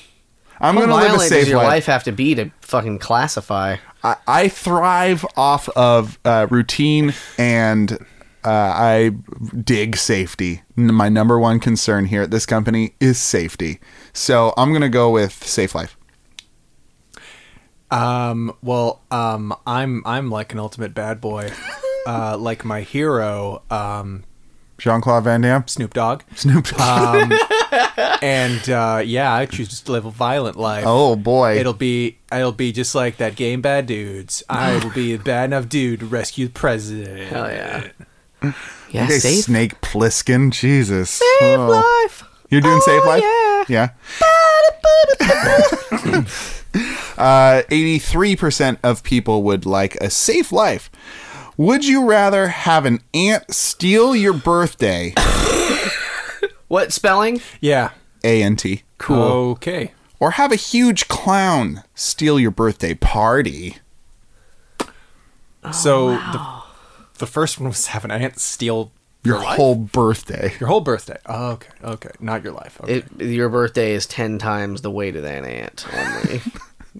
B: I'm
C: how
B: going to live a
C: violent does
B: safe
C: your
B: life.
C: life have to be to fucking classify?
B: I, I thrive off of uh, routine and uh, I dig safety. N- My number one concern here at this company is safety. So I'm going to go with safe life.
A: Um, well, um, I'm I'm like an ultimate bad boy, uh, like my hero, um,
B: Jean Claude Van Damme.
A: Snoop Dogg,
B: Snoop Dogg.
A: and uh, yeah, I choose to live a violent life.
B: oh boy.
A: It'll be it'll be just like that game Bad Dudes. I will be a bad enough dude to rescue the president.
C: Hell yeah. Yeah,
B: Okay,
C: safe
B: Snake Pliskin. Jesus. Oh.
C: life.
B: You're doing safe life? Yeah. uh, 83% of people would like a safe life. Would you rather have an aunt steal your birthday,
C: What spelling?
A: Yeah.
B: A N T, cool,
A: Okay.
B: or have a huge clown steal your birthday party?
C: Oh,
A: so the, the first one was have an aunt steal
B: Your
A: life?
B: whole birthday.
A: your whole birthday. Oh, okay. Okay. Not your life. Okay.
C: It, your birthday is 10 times the weight of that ant only.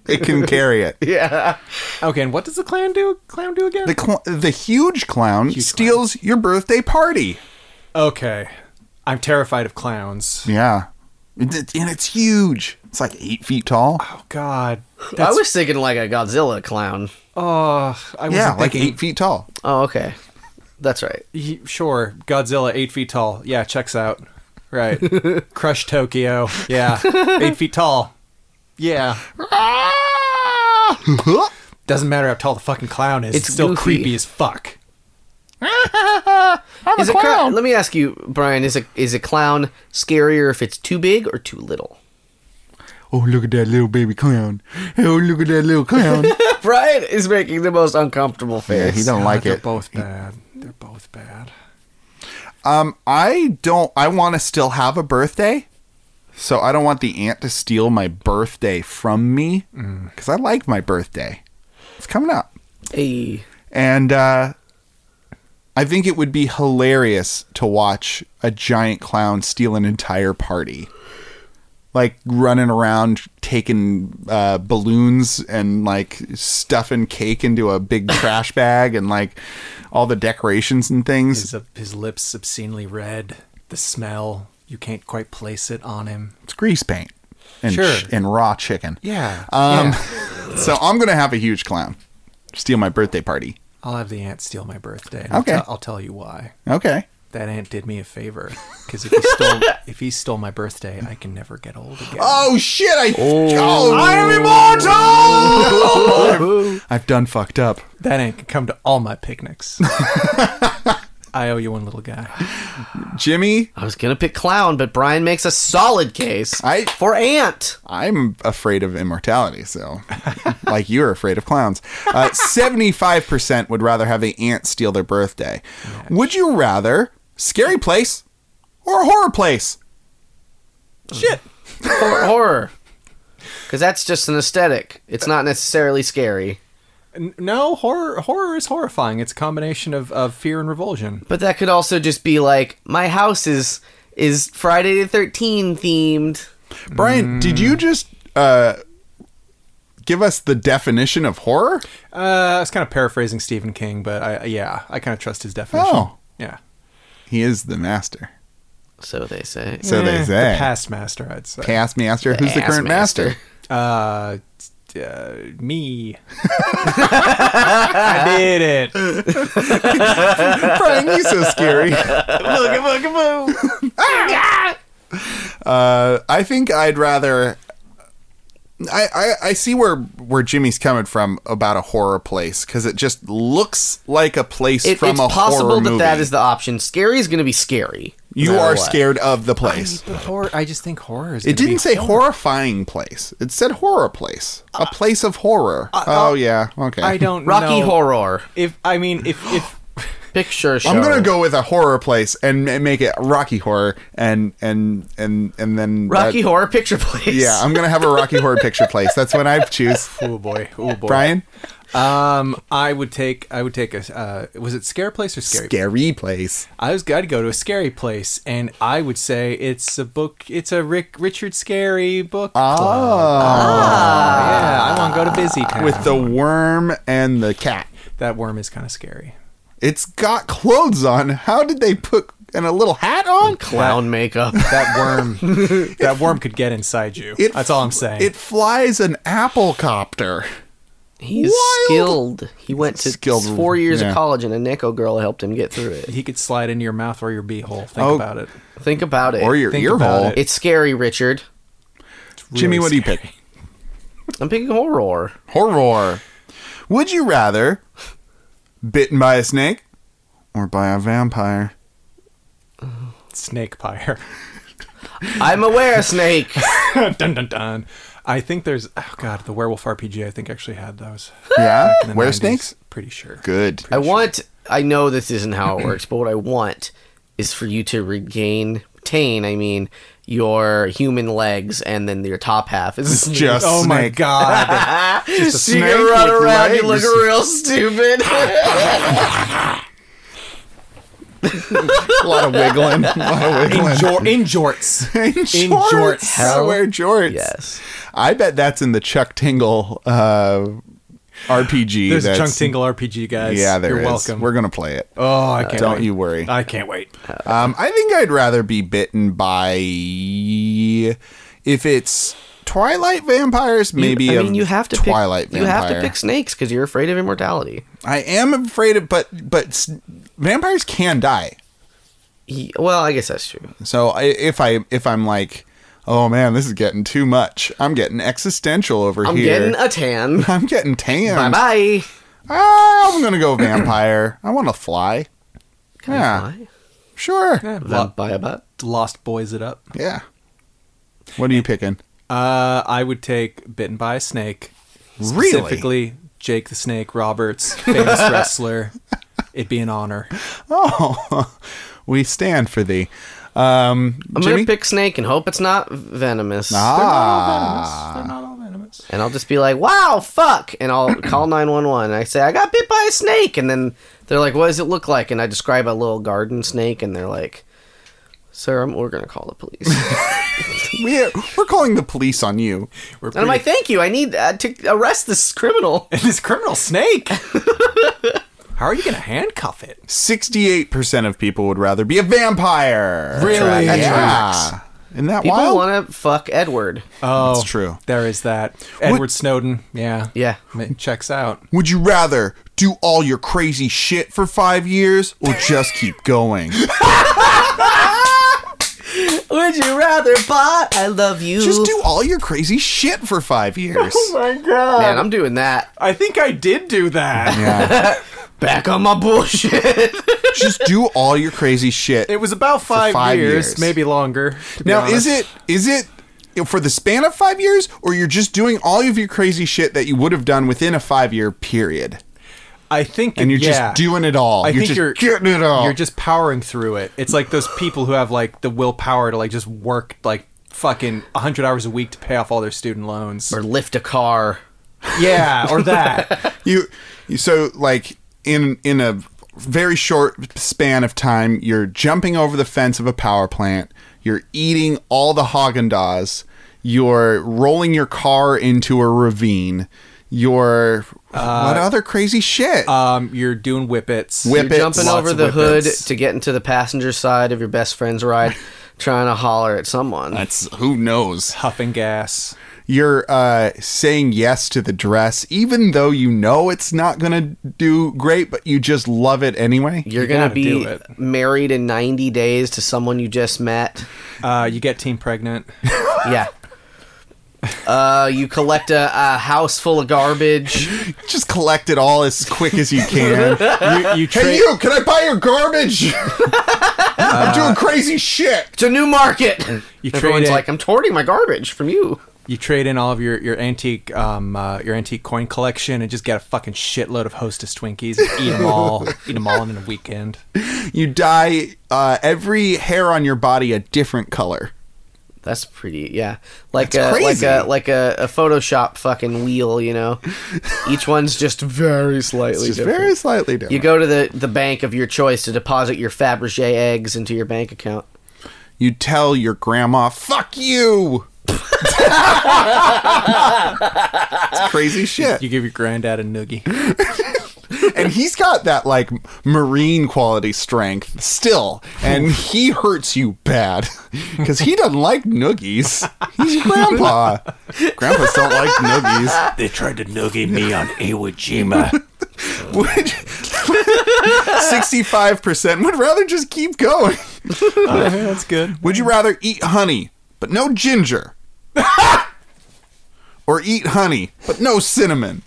B: It can carry it.
C: yeah.
A: okay. And what does the clown do? Clown do again?
B: The, cl- the huge clown steals your birthday party.
A: okay. I'm terrified of clowns.
B: Yeah. It- it- and it's huge. It's like eight feet tall.
A: Oh God.
C: I
A: That's,
C: was thinking like a Godzilla clown.
A: oh, I was
B: Yeah, like
A: thinking,
B: eight feet tall.
C: Oh, okay. That's right.
A: Ye- Sure, Godzilla, eight feet tall. Yeah, checks out. Right. Crush Tokyo. Yeah, eight feet tall. Yeah.
B: Ah!
A: Doesn't matter how tall the fucking clown is. It's,
C: It's
A: still
C: goofy.
A: creepy as fuck.
C: is a clown. Let me ask you, Brian, is a is a clown scarier if it's too big or too little?
B: Oh, look at that little baby clown. Oh, look at that little clown.
C: Brian is making the most uncomfortable
B: yeah,
C: face.
B: he don't like
A: they're
B: it.
A: both bad. They're both bad.
B: Um, I don't. I want to still have a birthday, so I don't want the aunt to steal my birthday from me because I like my birthday. It's coming up,
C: Hey.
B: and uh, I think it would be hilarious to watch a giant clown steal an entire party. Like running around taking uh, balloons and like stuffing cake into a big trash bag and like all the decorations and things.
A: His, his lips obscenely red. The smell. You can't quite place it on him.
B: It's grease paint and
A: Sure.
B: sh- and raw chicken.
A: Yeah.
B: Um,
A: yeah.
B: so I'm gonna have a huge clown steal my birthday party.
A: I'll have the aunt steal my birthday. and
B: Okay.
A: I'll, te- I'll tell you why.
B: Okay.
A: That aunt did me a favor because if he stole if he stole my birthday, I can never get old again.
B: Oh shit! I oh, I am immortal. I've, I've done fucked up.
A: That aunt can come to all my picnics. I owe you one, little guy.
B: Jimmy,
C: I was gonna pick clown, but Brian makes a solid case
B: I-
C: for ant.
B: I'm afraid of immortality, so like you're afraid of clowns. Uh, 75% would rather have the ant steal their birthday. Would you rather scary place or horror place?
A: Shit.
C: Hor- horror, because that's just an aesthetic. It's not necessarily scary.
A: N- No, horror horror is horrifying. It's a combination of, of fear and revulsion.
C: But that could also just be like my house is is Friday the 13th themed.
B: Brian, did you just uh, give us the definition of horror?
A: Uh, I was kind of paraphrasing Stephen King, but I yeah, I kind of trust his definition.
B: Oh.
A: Yeah.
B: He is the master.
C: So they say.
B: So
A: Eh,
B: they
A: the
B: say.
A: past master, I'd say.
B: Past master. Who's the
C: Past
B: current
C: master.
B: master?
A: Uh, t- uh me. I did it.
B: Brian, you're so scary. uh, I think I'd rather. I, I, I see where where Jimmy's coming from about a horror place because it just looks like a place
C: It,
B: from
C: it's
B: a horror
C: possible that
B: movie.
C: that is the option. Scary is going to be scary. no
B: you
C: matter
B: are
C: what.
B: scared of the place.
A: But horror, I just think horror is. gonna
B: It
A: be
B: didn't say
A: horror.
B: horrifying place. It said horror place,
C: Uh,
B: a place of horror. oh yeah, okay.
A: I don't
C: Rocky
A: know.
C: Horror
A: If I mean, if if
C: Picture Show.
B: I'm gonna go with a horror place and ma- make it Rocky Horror, and and and and then
C: Rocky
B: that-
C: Horror Picture Place.
B: Yeah, I'm gonna have a Rocky Horror Picture Place. That's when I choose.
A: oh boy, oh boy,
B: Brian,
A: Um, I would take I would take a uh, was it scare place or scary?
B: scary place.
A: I was I'd go to a scary place, and I would say it's a book. It's a Rick Richard Scary book.
B: Ah.
A: club. yeah, I want to go to Busy Town.
B: with the worm and the cat.
A: that worm is kind of scary.
B: It's got clothes on. How did they put and a little hat on?
C: Clown makeup.
A: That worm, that worm could get inside you.
B: It-
A: That's all I'm saying.
B: It flies an apple copter.
C: He's
B: Wild.
C: skilled. He went to
B: Skilled,
C: four years
B: yeah.
C: of college, and a Neko girl helped him get through it.
A: he could slide into your mouth or your beehole. Think
B: Oh.
A: about it.
C: Think about it.
B: Or your
A: Think
B: ear
A: about
B: hole.
A: it.
C: it's scary, Richard.
A: Really
B: Jimmy, what do you
A: scary.
B: pick?
C: I'm picking horror.
B: Horror. Would you rather bitten by a snake or by a vampire?
A: Snake pyre.
C: I'm aware, Snake.
A: dun dun dun. I think there's oh god, the werewolf RPG I think actually had those.
B: Yeah,
A: Ah! In the
B: were
A: 90s,
B: snakes?
A: Pretty sure.
B: Good.
C: I want. I know this isn't how it works, but what I want is for you to regain, retain. I mean, your human legs, and then your top half is
B: Just
A: oh my
B: snake.
A: god.
C: Just so you
B: snake
C: can run
B: with
C: around. You
B: legs.
C: look real stupid.
B: a lot of wiggling. A lot of
A: In,
B: wiggling.
A: jor- in jorts.
B: In
A: In
B: jorts.
A: jorts.
B: I wear jorts.
C: yes.
B: I bet that's in the Chuck Tingle uh, RPG.
A: There's a
B: that's-
A: Chunk Tingle RPG, guys.
B: Yeah, there
A: You're
B: is.
A: welcome.
B: We're gonna play it.
A: oh, I can't
B: Don't
A: wait.
B: you worry.
A: I can't wait.
B: Um, I think I'd rather be bitten by if it's Twilight vampires. Maybe
C: I
B: a
C: mean, you have to
B: Twilight
C: Pick, you
B: vampire.
C: have to pick snakes because you're afraid of immortality.
B: I am afraid of, but but s- vampires can die.
C: Ye- well, I guess that's true.
B: So I, if I if I'm like, oh man, this is getting too much. I'm getting existential over
C: I'm
B: here.
C: getting a tan.
B: I'm getting tan.
C: bye bye.
B: Uh, I'm gonna go vampire. I want to fly.
C: Can
B: Yeah.
C: I fly?
B: Sure. Yeah.
A: Lo-
C: Vampire butt.
A: Lost boys it up.
B: What are you picking?
A: Uh, I would take Bitten by a Snake.
B: Really?
A: Specifically, Jake the Snake Roberts, famous wrestler. It'd be an honor.
B: Oh, we stand for thee. Um,
C: I'm
B: Jimmy.
C: gonna pick snake and hope it's not venomous.
B: ah,
A: They're not all venomous.
C: And I'll just be like, "Wow, fuck!" And I'll call nine one one. I say, "I got bit by a snake," and then they're like, "What does it look like?" And I describe a little garden snake, and they're like, "Sir, I'm, we're gonna call the police."
B: we are, we're calling the police on you.
A: We're
C: and I'm like, "Thank you. I need uh, to arrest this criminal."
A: this criminal snake. How are you going to handcuff it?
B: Sixty-eight percent of people would rather be a vampire.
A: Really? That
B: Yeah. Isn't that
C: People
B: wild?
C: want to fuck Edward.
A: Oh,
B: That's true.
A: There is that. Edward Snowden. Yeah.
C: Yeah.
A: It checks out.
B: Would you rather do all your crazy shit for five years or just keep going?
C: Would you rather buy? I love you.
B: just do all your crazy shit for five years.
A: Oh my god.
C: Man, I'm doing that.
A: I think I did do that.
B: Yeah.
C: Back on my bullshit.
B: just do all your crazy shit.
A: It was about five,
B: five
A: years,
B: years.
A: maybe longer. to be
B: Now, is
A: honest.
B: it is it for the span of five years, or you're just doing all of your crazy shit that you would have done within a five year period,
A: I think.
B: and you're
A: yeah.
B: just doing it all?
A: I
B: you're
A: think
B: just
A: you're
B: getting it all.
A: You're just powering through it. It's like those people who have like the willpower to like just work like fucking 100 hours a week to pay off all their student loans.
C: or lift a car.
A: Yeah, or that.
B: you you- so like in in a very short span of time you're jumping over the fence of a power plant you're eating all the haagen dazs you're rolling your car into a ravine you're
A: Uh,
B: what other crazy shit
A: um, you're doing whippets.
B: Whip-
C: You're
B: Whippets,
C: jumping
B: lots
C: over
B: of
C: the hood
B: whippets.
C: to get into the passenger side of your best friend's ride, trying to holler at someone.
B: that's who knows
A: huffing gas.
B: you're uh, saying yes to the dress even though you know it's not gonna do great but you just love it anyway
C: You're
A: You
C: gonna
A: gotta
C: be
A: do it.
C: married in 90 days to someone you just met.
A: Uh, you get team pregnant.
C: Yeah. Uh, you collect a, a house full of garbage.
B: just collect it all as quick as you can
A: You, you trade.
B: Hey, you, can I buy your garbage? I'm
C: Uh.
B: doing crazy shit.
C: It's a new market.
A: You
C: Everyone's
A: trade it.
C: like, I'm hoarding my garbage from you.
A: You trade in all of your your antique um uh, your antique coin collection and just get a fucking shitload of Hostess Twinkies. And eat them all. eat them all in a weekend.
B: You dye uh, every hair on your body a different color.
C: That's pretty, yeah. Like
B: That's
C: a
B: crazy.
C: like a like a, a Photoshop fucking wheel, you know. Each one's just very slightly
B: Just
C: different.
B: very slightly different.
C: You
B: You,
C: go to the, the bank of your choice to deposit your Fabergé eggs into your bank account.
B: tell your grandma, "Fuck you." it's crazy shit.
A: You give your granddad a noogie.
B: And he's got that like marine quality strength still, and he hurts you bad because he doesn't like noogies. He's your grandpa. Grandpas don't like noogies.
D: They tried to noogie me on Iwo Jima.
B: would 65% would rather just keep going.
A: that's good.
B: Would you rather eat honey but no ginger? or eat honey but no cinnamon?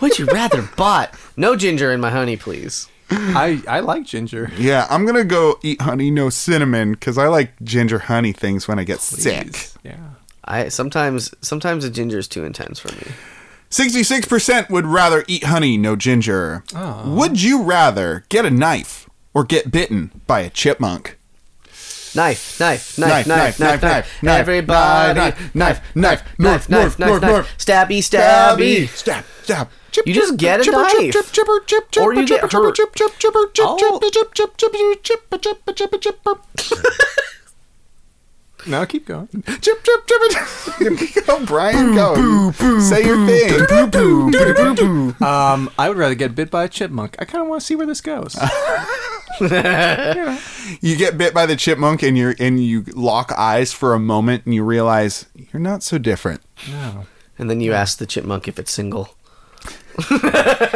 C: Would you rather bot? No ginger in my honey, please.
A: I I like ginger.
B: Yeah, I'm going to go eat honey no cinnamon cuz I like ginger honey things when I get sick.
A: Yeah.
C: I sometimes sometimes the ginger is too intense for me.
B: 66% would rather eat honey no ginger. Would you rather get a knife or get bitten by a chipmunk?
C: Knife, knife, knife, knife, knife, knife, Everybody,
B: knife, knife, knife, north,
C: knife, knife,
B: north,
C: knife,
B: north, north.
C: knife. Stabby, stabby.
B: Stab, stab. Chip,
C: You just
B: chip,
C: get a
B: chipper, chip,
C: knife.
B: chip, chipper, chip,
C: Or you
B: chipper,
C: get
B: chipper,
C: hurt.
B: chip, chip, chipper, chip,
A: Oh.
B: chip, chip, chip, chip, chip, chipper, chipper, chipper, chipper.
A: Now keep going.
B: Chip, chip, chipper. Go, Brian, go. Say your thing.
A: Um, I would rather get bit by a chipmunk. I kind of want to see where this goes.
B: You get bit by the chipmunk and you're and you lock eyes for a moment and you realize you're not so different.
A: No.
C: And then you ask the chipmunk if it's single.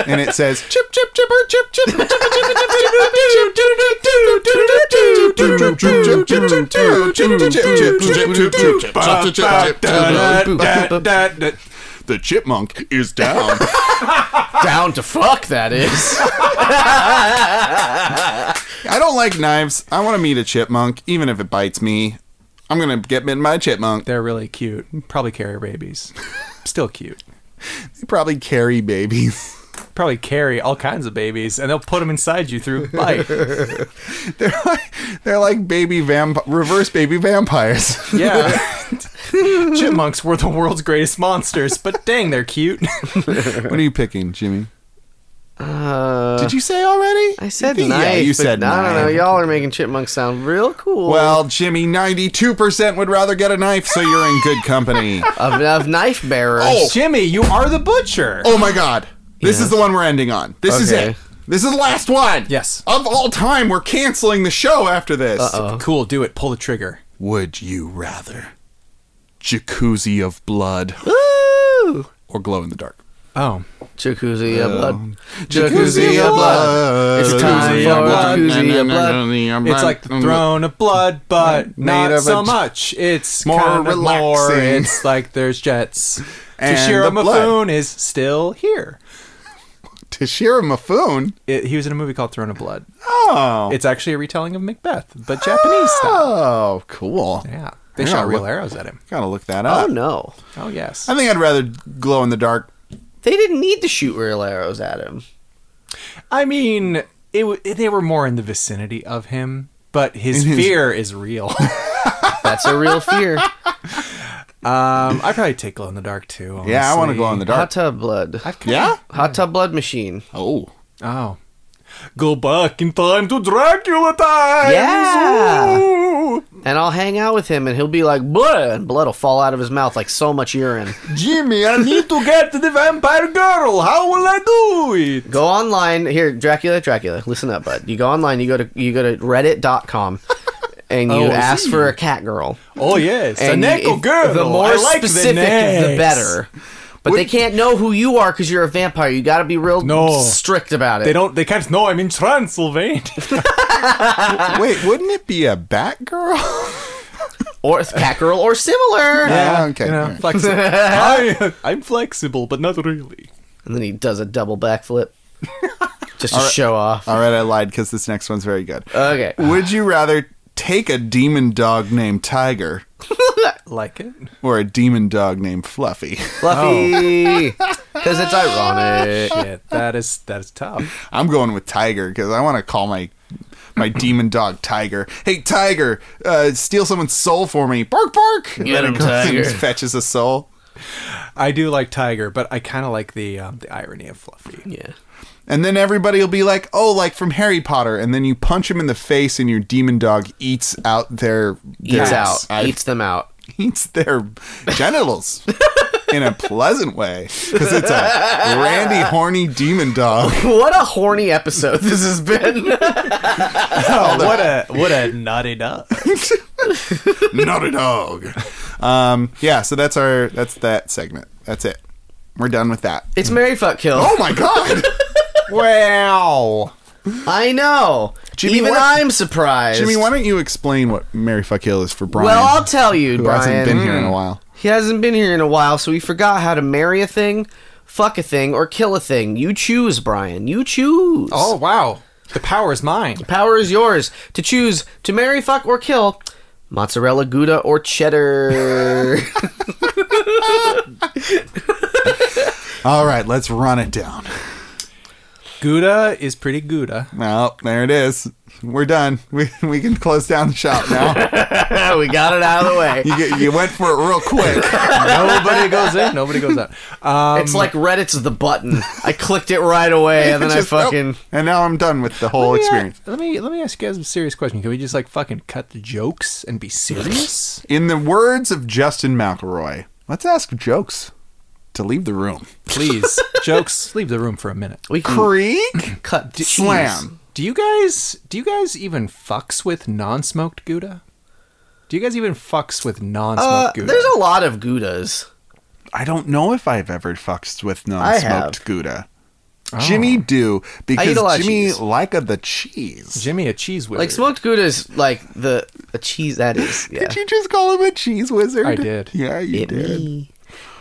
B: and it says chip chip chipper chip chip chip chip the chipmunk is down.
C: Down to fuck, that is.
B: I don't like knives. I want to meet a chipmunk, even if it bites me. I'm gonna get bitten by a chipmunk.
A: They're really cute. Probably carry rabies. Still cute.
B: They probably carry babies.
A: Probably carry all kinds of babies, and they'll put them inside you through a bite.
B: They're like they're like baby vamp reverse baby vampires.
A: Yeah. Chipmunks were the world's greatest monsters, but dang, they're cute.
B: what are you picking, Jimmy?
C: Uh,
B: Did you say already?
C: I said
B: think-
C: knife.
B: Yeah, you said
C: but I
B: knife.
C: don't know. Y'all are making chipmunks sound real cool.
B: Well, Jimmy, 92% would rather get a knife, so you're in good company.
C: of, of knife bearers.
B: Oh.
A: Jimmy, you are the butcher.
B: oh my god. This is the one we're ending on. This is
C: Okay.
B: it. This is the last one.
A: Yes.
B: Of all time, we're canceling the show after this.
A: Uh, Cool, do it. Pull the trigger.
B: Would you rather jacuzzi of blood
C: Woo!
B: or glow in the dark?
A: Oh.
C: Jacuzzi of blood.
B: Um, Jacuzzi of blood.
C: It's time
A: Jacuzzi
C: for
A: of blood.
C: jacuzzi of blood.
A: It's like the throne of blood, but
B: Made
A: not
B: of
A: so
B: a-
A: much. It's
B: More
A: kind of more.
B: relaxing.
A: It's like there's jets.
B: And
A: Toshiro
B: the blood.
A: Mifune is still here.
B: Tashira Mafune.
A: It, he was in a movie called Throne of Blood.
B: Oh.
A: It's actually a retelling of Macbeth, but Japanese style.
B: Oh, cool.
A: Yeah. They
B: Yeah,
A: shot real
B: look-
A: arrows at him.
B: Gotta look that
C: Oh
B: up.
C: no.
A: Oh, yes.
B: I think I'd rather glow in the dark.
C: They didn't need to shoot real arrows at him.
A: I mean, it, w- they were more in the vicinity of him, but his fear is real.
C: That's a real fear.
A: Um, I probably take glow in the dark too. Honestly.
B: Yeah, I want to glow in the
C: Hot
B: dark.
C: tub blood.
B: Yeah.
C: Hot tub blood machine.
B: Oh.
A: Oh. Go back in time to Dracula times.
C: Yeah.
A: Ooh.
C: And I'll hang out with him and he'll be like, blood. And blood will fall out of his mouth like so much urine.
A: Jimmy, I need to get the vampire girl. How will I do it?
C: Go online. Here, Dracula, Dracula, listen up, bud. You go online, you go to you go to reddit.com and you
A: Oh, I
C: ask
A: see.
C: for a cat girl.
A: Oh yes,
C: And
A: a
C: you-
A: neckle
C: if-
A: girl.
C: The more
A: I like
C: specific,
A: the,
C: the,
A: necks.
C: better. But they can't know who you are because you're a vampire. You got to be real
A: No.
C: strict about it.
A: They don't. They can't know I'm in Transylvania.
B: Wait, wouldn't it be a bat girl?
C: or cat girl or similar.
B: Yeah, okay.
A: You know,
B: alright.
A: flexi- I, I'm flexible, but not really.
C: And then he does a double backflip just to show off.
B: All right, I lied because this next one's very good.
C: Okay.
B: Would you rather take a demon dog named Tiger
A: Like it.
B: or a demon dog named Fluffy?
C: Fluffy.
A: Oh.
C: Because it's ironic.
A: Shit, that is that is tough.
B: I'm going with Tiger because I want to call my my demon dog Tiger. Hey, Tiger, uh, steal someone's soul for me. Bark, bark. And
C: Get
B: then
C: him,
B: it goes and
C: Tiger.
B: Fetches a soul.
A: I do like Tiger, but I kind of like the um, the irony of Fluffy.
C: Yeah.
B: And then everybody will be like, oh, like from Harry Potter. And then you punch him in the face and your demon dog eats out their. their
C: Eats out.
B: I-
C: Eats them out.
B: eats their genitals in a pleasant way. Because it's a randy, horny demon dog.
C: What a horny episode this has been.
A: Oh, what a what a naughty dog.
B: Not a dog. Um, yeah, so that's our that's that segment. That's it. We're done with that.
C: it's Mary Fuck Kill.
B: Oh my god.
A: Wow.
C: I know.
B: Jimmy,
C: Even
B: what-
C: I'm surprised.
B: Jimmy, why don't you explain what Mary Fuck Hill is for Brian?
C: Well, I'll tell you,
B: who
C: Brian. Hmm.
B: hasn't been here in a while.
C: He hasn't been here in a while, so he forgot how to marry a thing, fuck a thing, or kill a thing. You choose, Brian. You choose.
A: Oh wow. The power is mine.
C: Power is yours to choose to marry, fuck, or kill mozzarella, gouda, or cheddar.
B: All right, let's run it down.
A: Gouda is pretty Gouda.
B: Well, there it is. We're done. We, we can close down the shop now.
C: we got it out of the way.
B: you, get, you went for it real quick.
A: Nobody goes in. Nobody goes out. Um,
C: It's like Reddit's the button. I clicked it right away, and then
B: Just, oh.
C: I
B: nope.
C: fucking. Oh,
B: And now I'm done with the whole
A: let me,
B: experience.
A: Let me let me ask you guys a serious question. Can we just like fucking cut the jokes and be serious?
B: In the words of Justin McElroy, let's ask jokes to leave the room.
A: Please, jokes. Leave the room for a minute.
B: Hmm.
C: We can
B: Creak,
C: cut. cheese.
B: slam.
A: Do you guys do you guys even fucks with non-smoked gouda? Do you guys even fucks with
C: Uh,
A: non-smoked gouda?
C: there's a lot of goudas.
B: I don't know if I've ever fucked with non-smoked
C: have.
B: Gouda.
A: Oh.
B: Jimmy do because
C: eat a lot of
B: Jimmy
C: cheese.
B: like the cheese.
A: Jimmy a cheese wizard.
C: Like smoked gouda is like the a cheese that is. Yeah.
B: Did you just call him a cheese wizard?
A: I did.
B: Yeah, you
C: It
B: did.
C: me.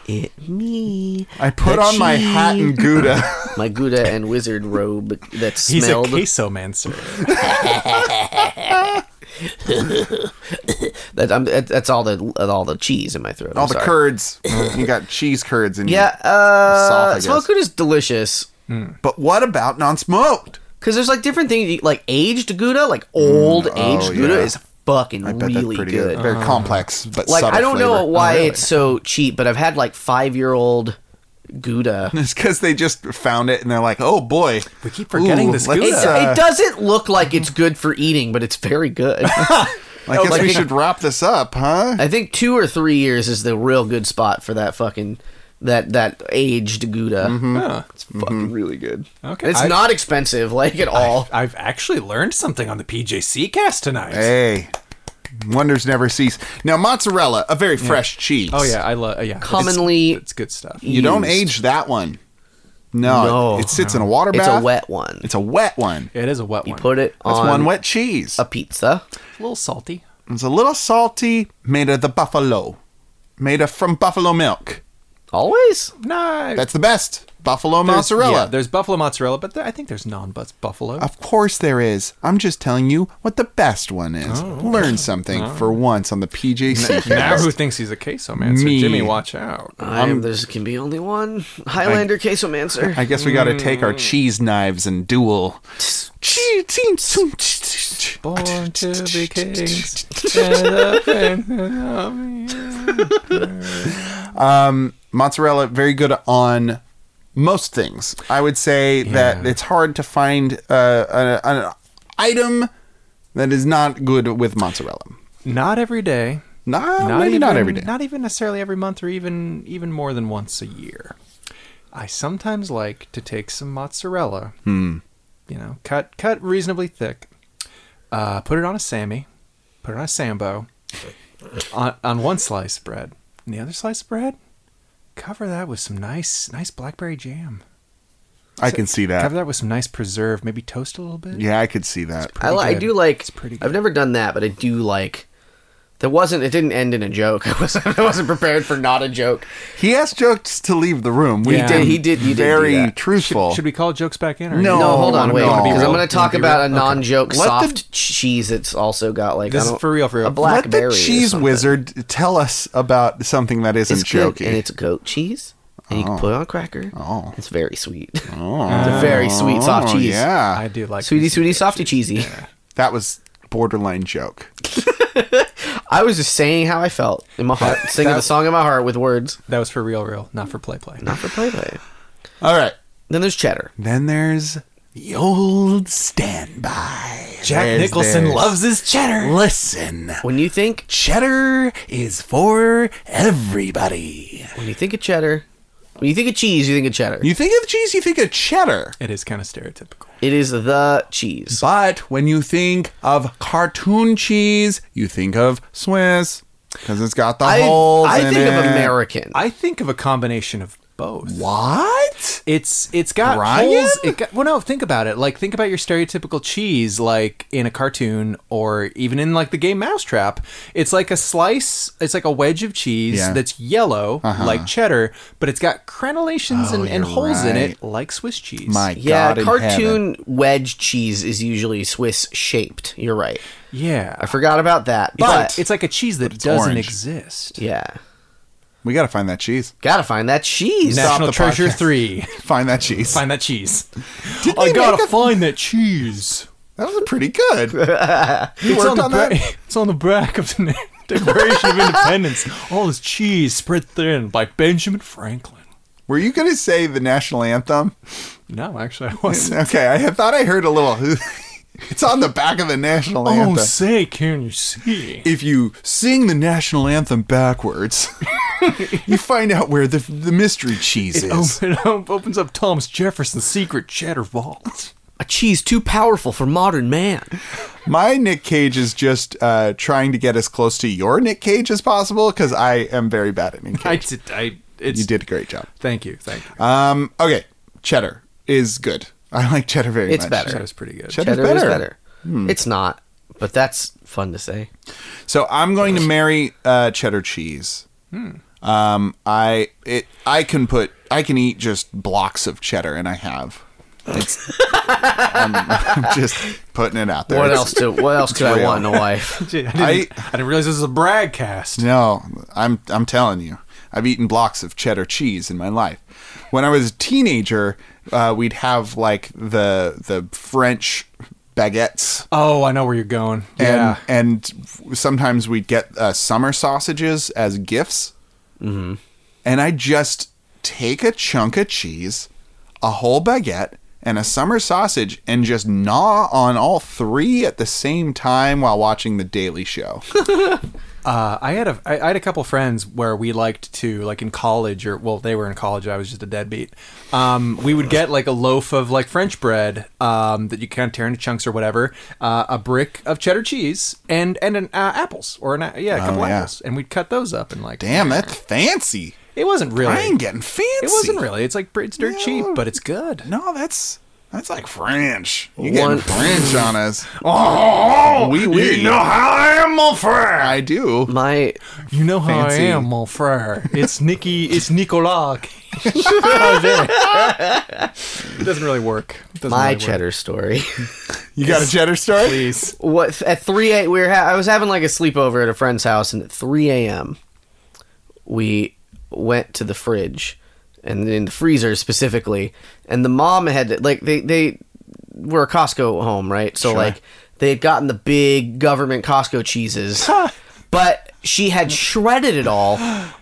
C: It me.
B: I put on my hat and Gouda.
C: My Gouda and wizard robe that
A: He's
C: smelled.
A: a queso mancer.
C: that, I'm, that- that's all the all the cheese in my throat.
B: All
C: I'm
B: the
C: sorry.
B: curds. you got cheese curds in
C: Yeah,
B: Soft,
C: uh,
B: I
C: smoked
B: guess.
C: Gouda's delicious
B: you. But what about non-smoked?
C: because there's like different things like aged Gouda, like old aged
B: Mm,
C: Gouda
B: oh, yeah.
C: is fucking
B: I bet
C: really
B: that's pretty
C: good.
A: Oh.
B: Very complex, but
C: Like
B: subtle
C: I don't
B: flavor. Oh,
C: know why it's so cheap, but I've had like five year old Gouda.
B: It's because they just found it and they're like, oh boy.
A: We keep forgetting this
B: let's,
A: Gouda.
C: It,
B: uh,
C: it doesn't look like it's good for eating, but it's very good.
B: I guess
C: like-
B: we should wrap this up, huh?
C: I think two or three years is the real good spot for that fucking that that aged Gouda.
A: Huh.
C: It's fucking
B: Mm-hmm.
C: really good.
A: Okay,
C: it's
A: Mm-hmm. I-
C: not expensive like at all.
A: I've actually learned something on the PJC cast tonight.
B: Hey, wonders never cease. Now, mozzarella, a very fresh cheese.
A: Oh yeah, I love. Yeah,
C: Commonly-
A: it's, it's good stuff.
B: You don't
C: Used.
B: age that one. No,
C: No.
B: it, it sits in a water
C: it's
B: bath.
C: a wet one.
B: It's a wet one.
A: It is a wet
C: you
A: one.
C: put it
B: That's
C: on
B: one wet cheese.
C: a pizza.
A: a little salty.
B: It's a little salty, made of the buffalo, made of from buffalo milk.
C: Always.
A: No,
B: That's the best. Buffalo
A: there's- yeah,
B: mozzarella.
A: there's buffalo mozzarella, but there, I think there's non-butts buffalo.
B: Of course there is. I'm just telling you what the best one is. Learn something for once on the PJC.
A: now
B: cast.
A: who thinks he's a queso mancer?
B: Me.
A: Jimmy, watch out.
C: I'm, there's can be only one Highlander quesomancer.
B: I guess we got to take our cheese knives and duel.
A: Born to be kings. and a prince.
B: Um, mozzarella very good on most things i would say that it's hard to find uh, an, an item that is not good with mozzarella
A: Not every day.
B: nah, maybe
A: even,
B: not every day
A: Not even necessarily every month, or even even more than once a year. I sometimes like to take some mozzarella.
B: Hmm.
A: You know, cut cut reasonably thick. Uh, put it on a sammy. Put it on a sambo. on on one slice of bread. And the other slice of bread. Cover that with some nice nice blackberry jam.
B: i can see
A: Cover
B: that
A: that with some nice preserve. Maybe toast a little bit.
B: Uh, yeah i could see that
A: Pretty
C: I, li- I
A: good.
C: do like.
A: It's pretty
C: I've
A: good.
C: never done that, but I do like. There wasn't. It didn't end in a joke. I wasn't. I wasn't prepared for not a joke.
B: he asked jokes to leave the room we
A: Yeah.
B: did
C: He did- he did do
B: very
C: that.
B: truthful
A: Should we call jokes back in? Or
B: No.
C: No, hold on,
B: no,
C: wait,
B: no.
C: because I'm
B: Wanna
C: going to talk
A: be
C: about
A: real?
C: a non-joke
B: Let the-
C: soft cheese. that's also got like
A: This
C: I
A: is
C: don't-
A: for real, for real.
C: A
A: Let
B: let
C: blackberry.
B: the cheese wizard tell us about something that isn't
C: It's good,
B: jokey
C: and it's goat cheese, and you can put it on a cracker.
B: Oh.
C: it's very sweet. it's a very sweet soft
B: Oh,
C: cheese.
B: yeah
A: I do like
C: Sweetie,
A: these.
C: sweetie, softy cheesy.
B: that was borderline joke
C: I was just saying how I felt in my heart, singing the song in my heart with words.
A: That was for real, real, not for play, play.
C: Not for play play.
B: all right
C: Then there's cheddar.
B: Then there's the old standby.
A: Jack
B: There's
A: Nicholson
B: this.
A: loves his cheddar.
B: Listen,
C: When you think
B: cheddar is for everybody.
C: When you think of cheddar, when you think of cheese, you think of cheddar.
B: You think of cheese, you think of cheddar.
A: It is kind of stereotypical.
C: It is the cheese.
B: But when you think of cartoon cheese, you think of Swiss because it's got the
C: I,
B: holes.
C: I
B: in
C: think of
B: it.
C: American.
A: I think of a combination of both.
B: What?
A: It's it's got
B: Brian?
A: holes. It got, well, no, think about it. Like think about your stereotypical cheese, like in a cartoon or even in like the game Mousetrap. It's like a slice. It's like a wedge of cheese
B: Yeah.
A: that's yellow, like cheddar, but it's got crenellations and, and
B: you're
A: holes in
B: right.
A: it, like Swiss cheese.
B: My
C: yeah,
B: God, in heaven.
C: cartoon wedge cheese is usually Swiss shaped. You're right.
A: yeah,
C: I forgot about that.
A: It's
C: But
A: like, it's like a cheese that doesn't
B: orange.
A: exist.
C: yeah,
B: We gotta find that cheese.
C: gotta find that cheese. Um,
B: Stop
A: National
B: the
A: Treasure
B: podcast.
A: Three.
B: Find that cheese.
A: Find that cheese.
B: they
A: I gotta
B: make a-
A: find that cheese.
B: that was pretty good. you
A: It's
B: worked
A: on, the
B: on that.
A: bra- it's on the back of the Declaration of Independence. All this cheese spread thin by Benjamin Franklin.
B: Were you gonna say the national anthem?
A: No, actually, I wasn't.
B: Okay, I had- thought I heard a little. it's on the back of the national
A: Oh,
B: anthem.
A: say, can you see?
B: if you sing the national anthem backwards, you find out where the, the mystery cheese
A: Oh,
B: is.
A: it op- opens up Thomas Jefferson's secret cheddar vault.
C: a cheese too powerful for modern man.
B: My Nick Cage is just uh, trying to get as close to your Nick Cage as possible because I am very bad at Nick Cage.
A: I did. I. It's,
B: you did a great job.
A: Thank you. Thank you.
B: Um, okay, cheddar is good. I like cheddar very
C: It's
B: much.
C: better.
A: that was pretty good.
B: Cheddar- Cheddar's
C: Cheddar is
B: better.
C: better. It's not, but that's fun to say.
B: So I'm going to marry uh, cheddar cheese.
C: Hmm.
B: Um, I it I can put I can eat just blocks of cheddar, and I have. It's, I'm, I'm just putting it out there.
C: What
B: It's-
C: else? To, what else could I
B: real.
C: want in a wife?
A: Gee, I, didn't, I,
B: I-
A: didn't realize this was a broadcast.
B: No, I'm I'm telling you, I've eaten blocks of cheddar cheese in my life. When I was a teenager, uh, we'd have like the the French baguettes
A: Oh, I know where you're going. yeah.
B: and and sometimes we'd get uh, summer sausages as gifts.
D: Mm-hmm.
B: And I just take a chunk of cheese, a whole baguette, and a summer sausage, and just gnaw on all three at the same time while watching The Daily Show.
A: Uh, I had a I, I had a couple friends where we liked to like in college or well they were in college I was just a deadbeat. Um, we would get like a loaf of like French bread um, that you kind of tear into chunks or whatever, uh, a brick of cheddar cheese and and an uh, apples or an a- yeah a couple
B: Oh, yeah.
A: apples and we'd cut those up and like
B: Damn, that's fancy.
A: it wasn't really
B: I ain't getting fancy.
A: it wasn't really it's like it's dirt
B: Yeah.
A: cheap but it's good.
B: No, that's that's like French. You
C: One-
B: getting French on us?
D: Oh,
B: We-
D: we,
B: we-
D: you know how I am, my friend.
B: I do.
C: My
A: You know how
B: Fancy.
A: I am, mon frere. It's Nikki. It's Nicolas. it doesn't really work. It doesn't
C: my
A: really work.
C: cheddar story.
B: You got a cheddar story?
A: Please.
C: what at 3 a we were ha- I was having like a sleepover at a friend's house and at 3 a.m. we went to the fridge and in the freezer specifically and the mom had like they they we're a Costco home, right? So like they had gotten the big government Costco cheeses, but she had shredded it all,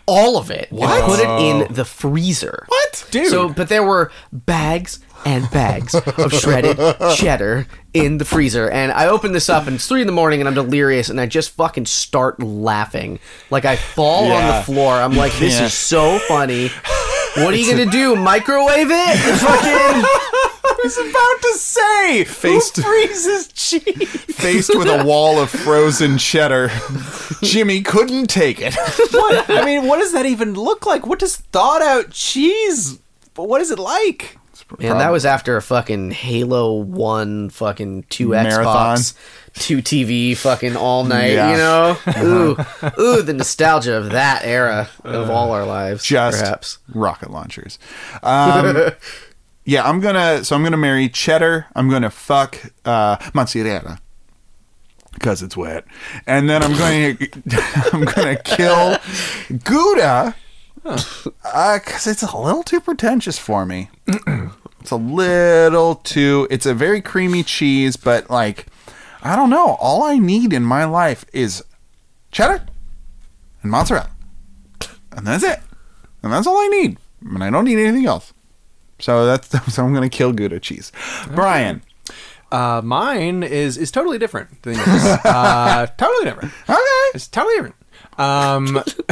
C: all of it, and put it in the freezer.
A: What? Dude.
C: So, but there were bags and bags of shredded cheddar in the freezer, and I opened this up, and it's three in the morning, and I'm delirious, and I just fucking start laughing, like I fall on
B: Yeah.
C: the floor. I'm like, this
B: Yeah.
C: is so funny. What are you gonna do? Microwave it? Fucking.
A: was about to say
B: Faced-
A: who freezes cheese.
B: Faced with a wall of frozen cheddar, Jimmy couldn't take it.
A: What? I mean, what does that even look like? What does thawed out cheese? What is it like?
C: Man, that was after a fucking Halo One, fucking two
B: Marathon.
C: Xbox, two TV, fucking all night.
B: Yeah. Uh-huh.
C: You know, ooh, ooh, the nostalgia of that era of all our lives.
B: just
C: perhaps.
B: rocket launchers. Um, yeah, I'm gonna. So I'm gonna marry cheddar. I'm gonna fuck uh, mozzarella because it's wet, and then I'm going to. I'm gonna kill Gouda because it's a little too pretentious for me. it's a little too. It's a very creamy cheese, but like, I don't know. All I need in my life is cheddar and mozzarella and that's it. And that's all I need. And I don't need anything else. So that's so I'm gonna kill Gouda cheese. Brian.
A: Uh, mine is is totally different than yours. uh, totally different.
B: Okay.
A: It's totally different. Um,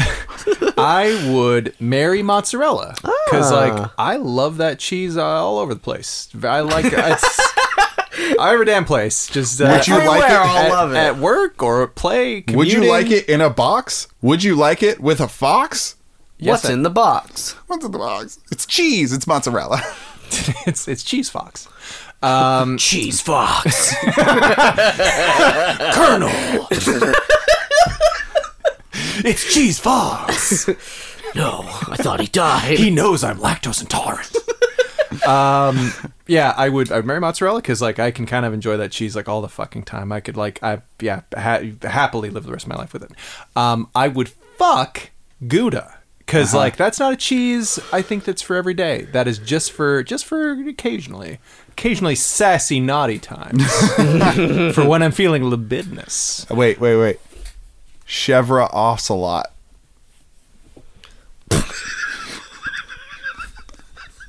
A: I would marry mozzarella because, like, I love that cheese all over the place. I like it's every damn place. Just uh,
B: Would you like it-
A: everywhere,
C: I'll
A: at,
C: love it.
A: at work or at play? Commuting.
B: Would you like it in a box? Would you like it with a fox?
A: Yes,
C: What's
A: I-
C: in the box?
B: What's in the box? It's cheese. It's mozzarella.
A: it's it's cheese fox.
C: Cheese fox.
A: Colonel. it's cheese fox.
C: no, I thought he died.
A: knows I'm lactose intolerant. um, yeah, I would. I would marry mozzarella because like I can kind of enjoy that cheese like all the fucking time. I could like I yeah ha- happily live the rest of my life with it. Um, I would fuck Gouda because like that's not a cheese. I think that's for every day. That is just for just for occasionally, occasionally sassy naughty times for when I'm feeling libidinous.
B: wait, wait, wait. Chevra ocelot.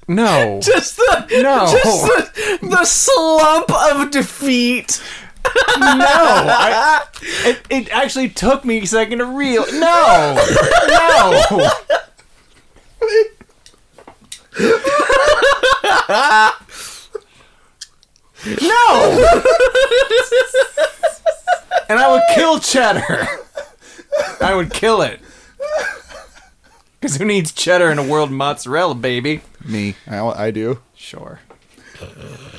A: No,
C: just the
A: No.
C: just the, the slump of defeat.
A: no. I, it, it actually took me a second to reel. No, no. No. and I would kill cheddar. I would kill it. Because who needs cheddar in a world mozzarella, baby?
B: Me. I, I do.
A: Sure.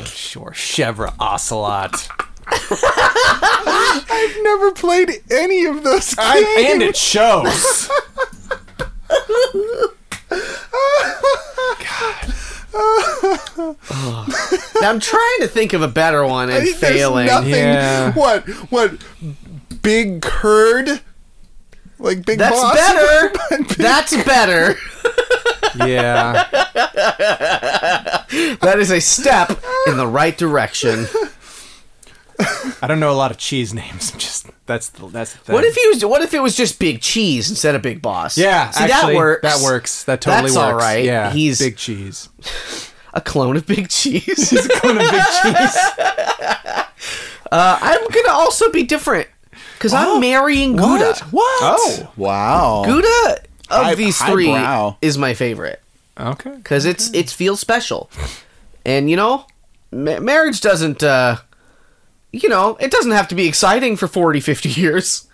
A: Sure. Chevra Ocelot.
B: I've never played any of those games.
A: I, and it shows.
C: Now, I'm trying to think of a better one and
B: There's
C: failing.
B: nothing.
A: Yeah.
B: What? What? Big curd? Like big
C: That's
B: boss?
C: better. That's better.
A: yeah.
C: That is a step in the right direction.
A: I don't know a lot of cheese names. I'm just that's the that's the thing.
C: What if he was? What if it was just Big Cheese instead of Big Boss?
A: Yeah,
C: See,
A: actually,
C: that works.
A: That works. That totally
C: That's
A: works.
C: all right.
A: Yeah,
C: He's-
A: big cheese.
C: A clone of Big Cheese.
A: Kind of big cheese.
C: uh, I'm gonna also be different because I'm marrying Gouda.
A: What?
B: Oh wow!
C: Gouda of
B: High-
C: these three
B: highbrow.
C: is my favorite
A: Okay.
C: because it's it feels special, and you know, ma- marriage doesn't. Uh, you know, it doesn't have to be exciting for 40, 50 years.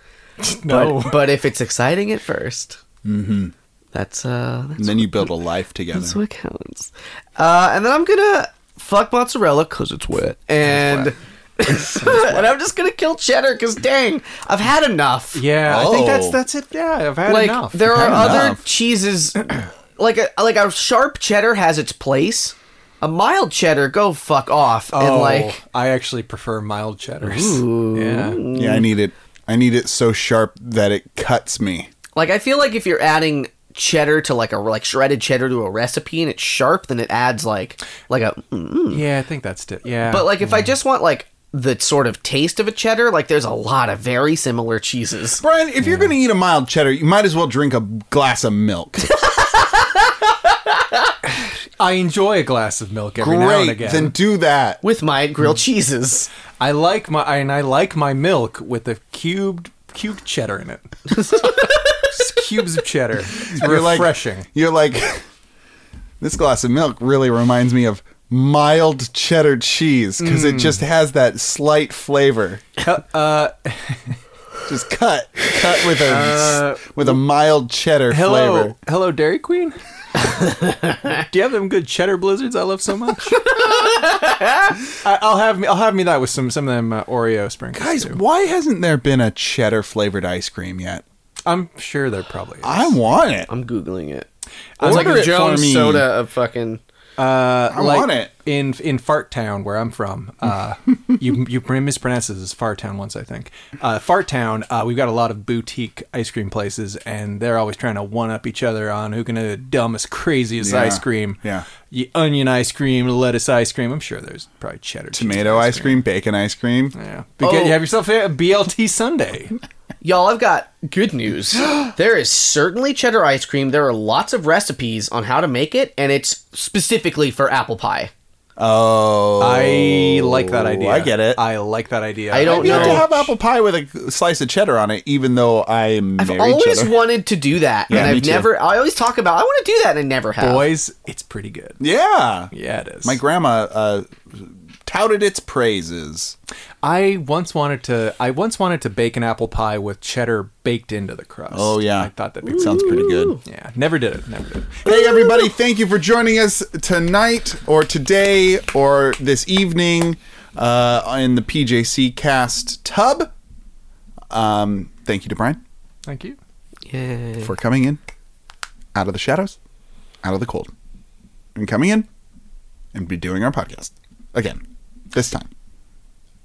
A: No.
C: But, but if it's exciting at 1st mm-hmm. that's uh, that's
B: And then you build a life together.
C: That's what counts. Uh, and then I'm gonna fuck mozzarella because it's wet, and and I'm just gonna kill cheddar because dang, I've had enough.
A: yeah, I think that's
B: Oh.
A: that's it. Yeah, I've had
C: like
A: enough.
C: there are
B: had
C: other
B: enough.
C: cheeses, like a like a sharp cheddar has its place. A mild cheddar, go fuck off, and
A: oh,
C: like
A: I actually prefer mild cheddars. Yeah.
B: Yeah, I need it. I need it so sharp that it cuts me.
C: like I feel like if you're adding cheddar to like a like shredded cheddar to a recipe and it's sharp, then it adds like like a mm.
A: Yeah, I think that's it. Yeah.
C: But like if I just want like the sort of taste of a cheddar, like there's a lot of very similar cheeses.
B: Brian, if you're going to eat a mild cheddar, you might as well drink a glass of milk.
A: I enjoy a glass of milk every now and
B: Great.
A: again.
B: Then do that.
C: With my grilled cheeses.
A: I like my and I like my milk with a cubed cubed cheddar in it. Just cubes of cheddar. It's refreshing.
B: Like, you're like, this glass of milk really reminds me of mild cheddar cheese because
A: Mm.
B: it just has that slight flavor.
A: uh,
B: just cut, cut with a with a mild cheddar
A: Uh, hello,
B: flavor.
A: hello, Dairy Queen. Do you have them good cheddar blizzards I love so much? I, I'll have me. I'll have me that with some some of them uh, Oreo sprinkles.
B: Guys,
A: too.
B: why hasn't there been a cheddar flavored ice cream yet?
A: I'm sure they're probably. I,
B: I want it.
C: I'm googling it.
A: was like,
B: Order it
C: Jones
B: for me.
C: soda of fucking
B: I
A: uh, like,
B: want it.
A: in in Fart Town where I'm from. Uh, you you mispronounce this as Fart Town once I think. Uh, Fart Town. Uh, we've got a lot of boutique ice cream places, and they're always trying to one up each other on who can do the dumbest, craziest
B: Yeah,
A: ice cream.
B: yeah.
A: Y- onion ice cream, lettuce ice cream. I'm sure there's probably cheddar, cheese
B: Tomato ice cream, bacon ice cream.
A: Yeah, but get-
C: Oh.
A: have yourself a BLT Sunday.
C: Y'all, I've got good news. there is certainly cheddar ice cream. There are lots of recipes on how to make it, and it's specifically for apple pie.
B: Oh,
A: I like that idea.
B: I get it.
A: I like that idea.
C: I don't
B: You have to
C: No.
B: have apple pie with a slice of cheddar on it, even though I'm
C: I've
B: married
C: always
B: cheddar.
C: wanted to do that,
B: Yeah,
C: and
B: me
C: I've
B: too.
C: never. I always talk about I want to do that, and I never have.
A: Boys, it's pretty good.
B: yeah.
A: Yeah, it is.
B: My grandma uh, touted its praises.
A: I once wanted to. I once wanted to bake an apple pie with cheddar baked into the crust.
B: Oh, yeah.
A: I thought that'd be
B: It sounds pretty good.
A: Yeah, never did it. Never did. It.
B: Hey, everybody, thank you for joining us tonight or today or this evening uh, in the PJC cast tub. Um, thank you to Brian
A: Thank you.
C: Yay.
B: for coming in out of the shadows, out of the cold, and coming in and be doing our podcast again this time.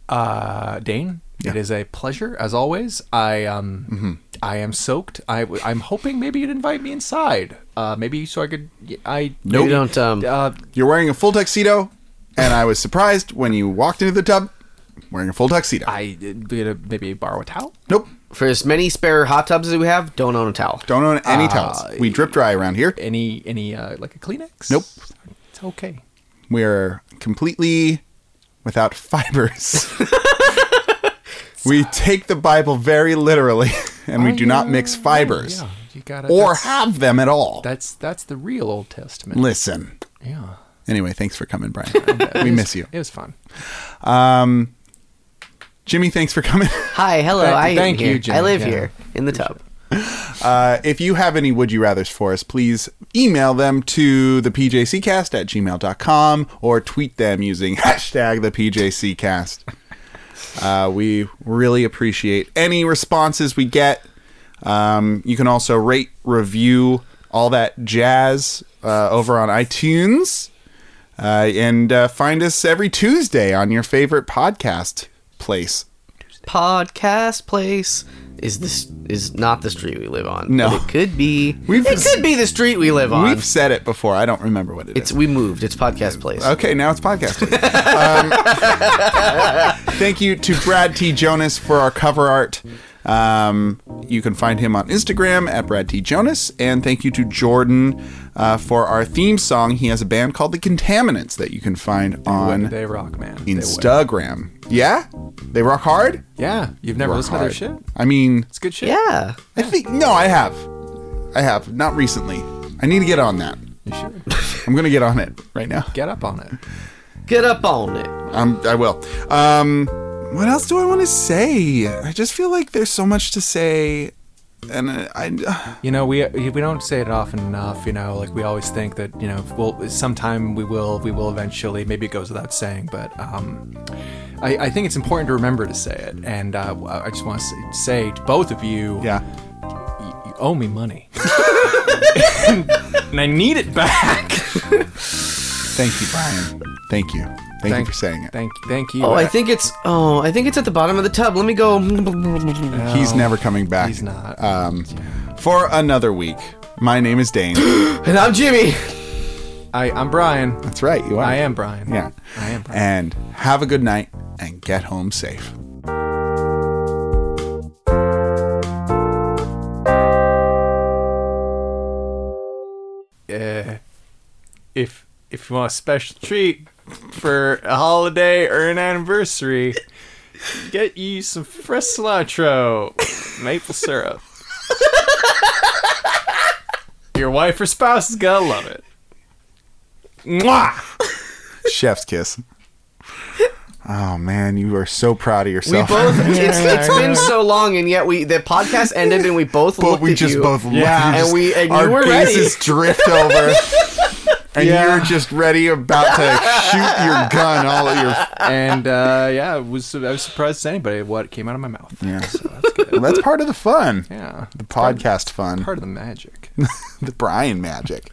A: Uh, Dane,
B: Yeah. Mm-hmm.
A: it is a pleasure as always. I um, I am soaked. I w- I'm hoping maybe you'd invite me inside. Uh, maybe so I could. I
B: Nope.
C: You don't. Um,
A: Uh,
B: You're wearing a full tuxedo, and I was surprised when you walked into the tub wearing a full tuxedo.
A: I uh, maybe borrow a towel.
B: nope.
C: for as many spare hot tubs as we have, don't own a towel.
B: Don't own any towels. We drip dry around here.
A: Any any uh, like a Kleenex?
B: Nope.
A: It's okay.
B: We're completely without fibers. we take the Bible very literally, and we do not mix fibers
A: Yeah, you gotta.
B: or
A: that's,
B: have them at all.
A: that's that's the real Old Testament.
B: Listen.
A: Yeah.
B: Anyway, thanks for coming, Brian. we miss you.
A: It was fun.
B: Jimmy, thanks for coming.
C: Hi, hello.
A: Thank-
C: I am
A: thank
C: here.
A: you, Jimmy.
C: I live
A: Yeah.
C: here in the tub.
B: Uh, if you have any would you rathers for us, please email them to the PJCcast at gmail.com or tweet them using hashtag the PJCcast. Uh, we really appreciate any responses we get. Um, you can also rate, review, all that jazz uh, over on iTunes. Uh, and uh, find us every Tuesday on your favorite podcast place.
C: Podcast place is this is not the street we live on.
B: No.
C: but it could be.
B: We've-
C: it could be the street we live on.
B: We've said it before. I don't remember what it is.
C: it's we moved. It's podcast place.
B: Okay, now it's podcasting. um, thank you to Brad T. Jonas for our cover art. Um, you can find him on Instagram at Brad T. Jonas. And thank you to Jordan uh, for our theme song. He has a band called The Contaminants that you can find on
A: They rock, man. They win.
B: Instagram. Yeah? They rock hard?
A: Yeah, you've never
B: Rock
A: listened
B: hard.
A: to their shit.
B: I mean,
A: It's good shit.
C: Yeah.
B: I think, no, I have. I have. Not recently. I need to get on that.
A: you should
B: I'm going to get on it right now.
A: get up on it.
C: Get up on it.
B: Um, I will. Um, what else do I want to say? I just feel like there's so much to say, and uh, I.
A: You know, we we don't say it often enough. You know, like we always think that you know, well, sometime we will, we will eventually. Maybe it goes without saying, but um, I, I think it's important to remember to say it. And uh, I just want to say to both of you,
B: Yeah.
A: you, you owe me money, and I need it back.
B: Thank you, Brian. Thank you. Thank, you for saying it.
A: Thank, thank you.
C: Oh, I think it's. Oh, I think it's at the bottom of the tub. Let me go.
B: he's never coming back. Uh,
A: he's not.
B: Um, for another week. My name is Dane.
C: And I'm Jimmy.
A: I, I'm Brian.
B: That's right. You are.
A: I am Brian.
B: Yeah.
A: I am Brian.
B: And have a good night and get home safe.
A: uh, if if you want a special treat for a holiday or an anniversary, get you some fresh cilantro, maple syrup. Your wife or spouse is gonna love it. Mwah!
B: Chef's kiss. Oh man, you are so proud of
C: We
B: yourself.
C: both. It's, it's been so long, and yet we the podcast ended, and we both
B: but
C: looked
B: we
C: at
B: just
C: you.
B: both
A: Yeah.
B: laughed.
C: And we- and you
B: our
C: were ready.
B: faces drift over. And
A: Yeah.
B: you're just ready, about to shoot your gun all at your.
A: And uh, yeah, I was I was surprised as anybody at what came out of my mouth.
B: Yeah.
A: So that's good.
B: Well, that's part of the fun.
A: Yeah,
B: The podcast fun.
A: part of the magic.
B: the Brian magic.